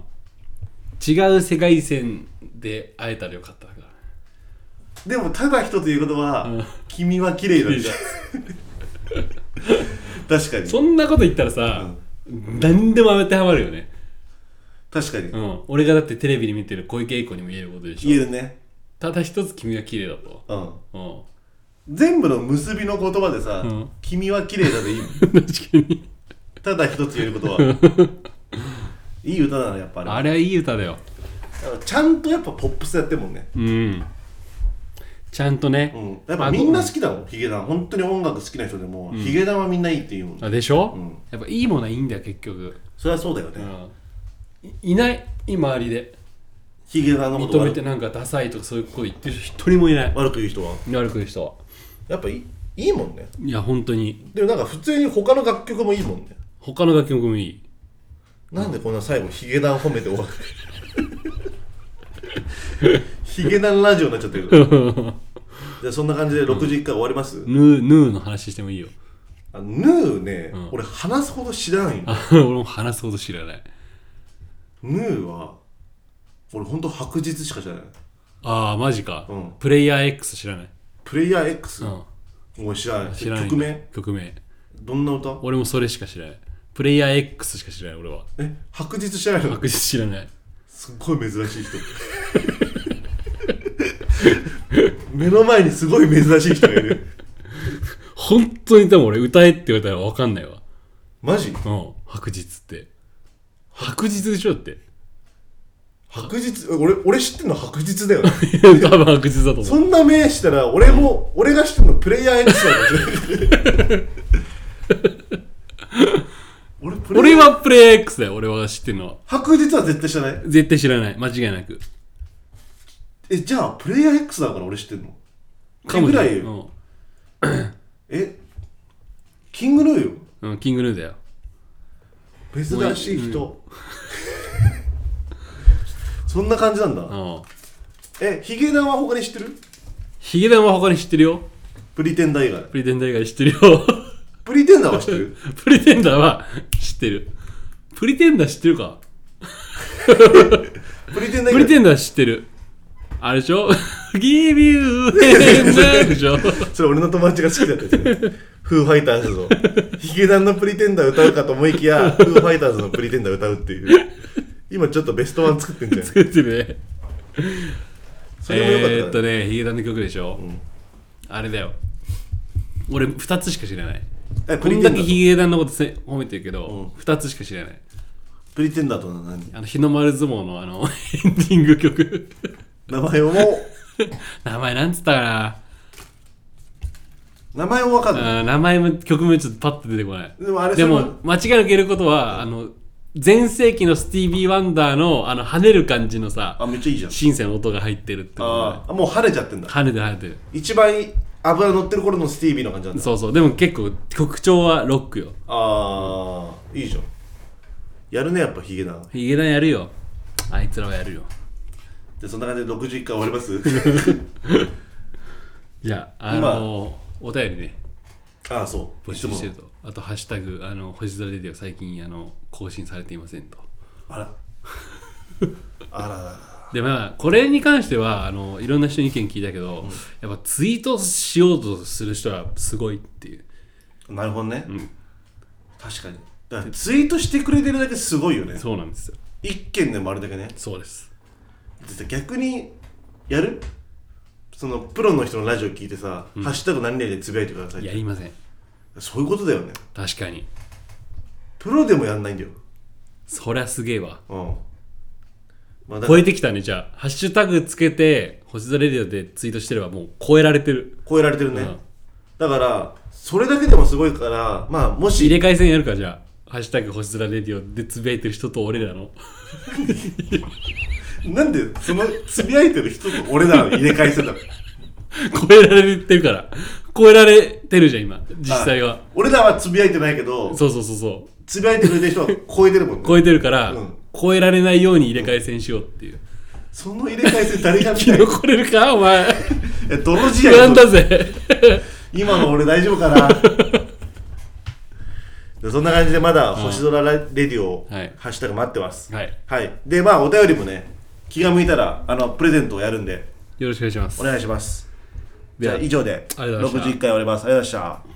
[SPEAKER 1] 違う世界線で会えたらよかっただ [laughs] から
[SPEAKER 2] でもただ一つ言うことは、君は綺
[SPEAKER 1] [laughs]
[SPEAKER 2] 麗だっ
[SPEAKER 1] 綺
[SPEAKER 2] た確かに
[SPEAKER 1] そんなこと言ったらさ、何でも当てはまるよね、
[SPEAKER 2] 確かに、
[SPEAKER 1] うん、俺がだってテレビで見てる小池栄子にも言えることでしょ
[SPEAKER 2] 言えるね
[SPEAKER 1] ただ一つ君は綺麗だと。
[SPEAKER 2] うん
[SPEAKER 1] うん。
[SPEAKER 2] 全部の結びの言葉でさ「
[SPEAKER 1] うん
[SPEAKER 2] 君は綺麗だ」でいいもん
[SPEAKER 1] 確かに。
[SPEAKER 2] ただ一つ言える
[SPEAKER 1] [laughs]
[SPEAKER 2] ことはいい歌なのやっぱあれ
[SPEAKER 1] あれはいい歌だよ。
[SPEAKER 2] ちゃんとやっぱポップスやってるもんね
[SPEAKER 1] うん。ちゃんとね。
[SPEAKER 2] うん、やっぱみんな好きだもんヒゲダン本当に音楽好きな人でも、ヒゲダンはみんないいって言うもん、
[SPEAKER 1] あでしょ、
[SPEAKER 2] うん
[SPEAKER 1] やっぱいいものはいいんだよ、結局。
[SPEAKER 2] それはそうだよね、
[SPEAKER 1] うん。いいない、周りで。
[SPEAKER 2] ヒゲダンのこ
[SPEAKER 1] 認
[SPEAKER 2] と
[SPEAKER 1] め
[SPEAKER 2] 悪
[SPEAKER 1] て
[SPEAKER 2] く
[SPEAKER 1] なんかダサいとかそういうこと言ってる人一人もいない。
[SPEAKER 2] 悪く言う人は
[SPEAKER 1] 悪く言う人は。
[SPEAKER 2] やっぱいいいいもんね
[SPEAKER 1] いや、本当に。
[SPEAKER 2] でもなんか普通に他の楽曲もいいもんね
[SPEAKER 1] 他の楽曲もいい。
[SPEAKER 2] なんでこんな最後ヒゲダン褒めて終わる
[SPEAKER 1] [laughs]
[SPEAKER 2] ヒゲダンラジオになっちゃってるじゃあそんな感じで61回終わります、
[SPEAKER 1] ヌー、ヌーの話してもいいよ。
[SPEAKER 2] あのヌーね、
[SPEAKER 1] ん
[SPEAKER 2] 俺話すほど知らないんだ
[SPEAKER 1] あ俺も話すこと知らない。
[SPEAKER 2] ヌーは俺ほんと白日しか知らない
[SPEAKER 1] ああ、マジか、
[SPEAKER 2] うん
[SPEAKER 1] プレイヤー X 知らない。
[SPEAKER 2] プレイヤー X、
[SPEAKER 1] うん。
[SPEAKER 2] もう知らない
[SPEAKER 1] 知らない。
[SPEAKER 2] 曲名
[SPEAKER 1] 曲名。
[SPEAKER 2] どんな歌
[SPEAKER 1] 俺もそれしか知らない。プレイヤー X しか知らない、俺は。
[SPEAKER 2] え白日知らないの
[SPEAKER 1] 確実知らない。
[SPEAKER 2] すっごい珍しい
[SPEAKER 1] [laughs]
[SPEAKER 2] 人目の前にすごい珍しい人がいる
[SPEAKER 1] 本当にでも俺歌えって言われたら分かんないわ。
[SPEAKER 2] マジ
[SPEAKER 1] うん。白日って。白日でしょだって。 [laughs]
[SPEAKER 2] 白日俺俺知ってるの白日だよね
[SPEAKER 1] 多分白日だと
[SPEAKER 2] そ
[SPEAKER 1] 思う。
[SPEAKER 2] んな名したら俺も俺が知ってるのプレイヤー X だよね
[SPEAKER 1] [laughs]
[SPEAKER 2] 俺プレイ
[SPEAKER 1] 俺はプレイヤー X だよ、俺は知ってるのは。
[SPEAKER 2] 白日は絶対知らない
[SPEAKER 1] 絶対知らない。間違いなく。
[SPEAKER 2] えじゃあプレイヤー X だから俺知ってるのかぐ
[SPEAKER 1] し
[SPEAKER 2] ら
[SPEAKER 1] れないい。うん
[SPEAKER 2] えキングヌーよ
[SPEAKER 1] うん。キングヌーだよ。
[SPEAKER 2] 珍しい人、 [laughs] そんな感じなんだ、
[SPEAKER 1] うん。
[SPEAKER 2] えヒゲダンは他に知ってる
[SPEAKER 1] ヒゲダンは他に知ってるよ。
[SPEAKER 2] プリテンダー以外
[SPEAKER 1] プリテンダー以外知ってるよ。 [laughs]
[SPEAKER 2] プリテンダーは知ってる
[SPEAKER 1] プリテンダーは知ってる。プリテンダー知ってるか
[SPEAKER 2] プリテンダー
[SPEAKER 1] プリ
[SPEAKER 2] 以外
[SPEAKER 1] テンダー知ってる。あれでしょ [laughs] ?Give you a でしょ
[SPEAKER 2] それ俺の友達が好きだったやつねフーファイターズのヒゲダンのプリテンダー歌うかと思いきやフーファイターズのプリテンダー歌うっていう今ちょっとベストワン作ってんじゃん
[SPEAKER 1] 作ってるね。
[SPEAKER 2] それもよ
[SPEAKER 1] えー
[SPEAKER 2] か
[SPEAKER 1] っ
[SPEAKER 2] った
[SPEAKER 1] と
[SPEAKER 2] ね、
[SPEAKER 1] ね、ヒゲダンの曲でしょ、
[SPEAKER 2] ん
[SPEAKER 1] あれだよ。俺2つしか知らない。
[SPEAKER 2] え
[SPEAKER 1] こ
[SPEAKER 2] プ
[SPEAKER 1] ん
[SPEAKER 2] リテ
[SPEAKER 1] だ
[SPEAKER 2] ン
[SPEAKER 1] け
[SPEAKER 2] ダーと
[SPEAKER 1] ヒゲダンのことせ褒めてるけど、
[SPEAKER 2] う
[SPEAKER 1] 二2つしか知らない。
[SPEAKER 2] プリテンダーとは何
[SPEAKER 1] あの日の丸相撲の [laughs] あのエンディング曲。
[SPEAKER 2] 名前をも
[SPEAKER 1] 名前なんつったかな
[SPEAKER 2] う名前を分かんない
[SPEAKER 1] あー名前も曲もちょっとパッと出てこない
[SPEAKER 2] でもあれ
[SPEAKER 1] で
[SPEAKER 2] それ
[SPEAKER 1] も間違いなく言えることはあの全盛期のスティービー・ワンダーのあの跳ねる感じのさ
[SPEAKER 2] あめっちゃいいじゃん
[SPEAKER 1] シンセの音が入ってるってこ
[SPEAKER 2] ああもう晴れちゃってんだ
[SPEAKER 1] と跳ねてる跳ねてる
[SPEAKER 2] 一番油乗ってる頃のスティービーの感じなんだ
[SPEAKER 1] そうそうでも結構曲調はロックよ
[SPEAKER 2] ああいいじゃんやるねやっぱヒゲダン
[SPEAKER 1] ヒゲダンやるよあいつらはやるよ
[SPEAKER 2] でそんな感じで61回終わります
[SPEAKER 1] [laughs] じゃああのお便りね
[SPEAKER 2] ああそう
[SPEAKER 1] 募集してる
[SPEAKER 2] いつも
[SPEAKER 1] とあと「ハッシュタグあの星空レディオ」最近あの更新されていませんと
[SPEAKER 2] あらあららら
[SPEAKER 1] でまあこれに関してはあのいろんな人に意見聞いたけど、やっぱツイートしようとする人はすごいっていう
[SPEAKER 2] なるほどね、確かにだからツイートしてくれてるだけすごいよね
[SPEAKER 1] そうなんですよ
[SPEAKER 2] 一件でもあれだけね
[SPEAKER 1] そうです
[SPEAKER 2] でさ逆にやるそのプロの人のラジオ聞いてさ「ハッシュタグ何々でつぶやいてください」っ
[SPEAKER 1] や
[SPEAKER 2] て
[SPEAKER 1] りません
[SPEAKER 2] そういうことだよね
[SPEAKER 1] 確かに
[SPEAKER 2] プロでもやんないんだよ
[SPEAKER 1] そりゃすげえわ
[SPEAKER 2] うんまあだか
[SPEAKER 1] 超
[SPEAKER 2] ら
[SPEAKER 1] えてきたねじゃあハッシュタグつけて星空レディオでツイートしてればもう超えられてる
[SPEAKER 2] 超えられてるね、
[SPEAKER 1] うん
[SPEAKER 2] だからそれだけでもすごいからまあもし
[SPEAKER 1] 入れ替え戦やるかじゃあハッシュタグ星空レディオでつぶやいてる人と俺らの [laughs]
[SPEAKER 2] なんでそのつぶやいてる人と俺らの入れ替えするんだろう
[SPEAKER 1] 超えられてるから超えられてるじゃん今 [laughs] 実際は
[SPEAKER 2] あ俺らはつぶやいてないけど
[SPEAKER 1] そうそうそうそう
[SPEAKER 2] つぶやいてくれてる人は超えてるもんね
[SPEAKER 1] 超えてるから、
[SPEAKER 2] うん
[SPEAKER 1] 超えられないように入れ替え戦しようっていう
[SPEAKER 2] その入れ替えする誰が
[SPEAKER 1] [laughs]
[SPEAKER 2] 見た
[SPEAKER 1] 生
[SPEAKER 2] い
[SPEAKER 1] き残れるかお前
[SPEAKER 2] え泥仕
[SPEAKER 1] 不
[SPEAKER 2] 合
[SPEAKER 1] 安だぜ
[SPEAKER 2] 今の俺大丈夫
[SPEAKER 1] [laughs]
[SPEAKER 2] かなでそんな感じでまだ星空ラレディオ、
[SPEAKER 1] はい
[SPEAKER 2] ハッシュタグ待ってます
[SPEAKER 1] はい、
[SPEAKER 2] はい、でまあお便りもね気が向いたらあのプレゼントをやるんで
[SPEAKER 1] よろしくお願いします
[SPEAKER 2] お願いします
[SPEAKER 1] で
[SPEAKER 2] じゃ
[SPEAKER 1] は
[SPEAKER 2] あ以上で
[SPEAKER 1] ありがとうございました
[SPEAKER 2] 61回終わりますありがとうございました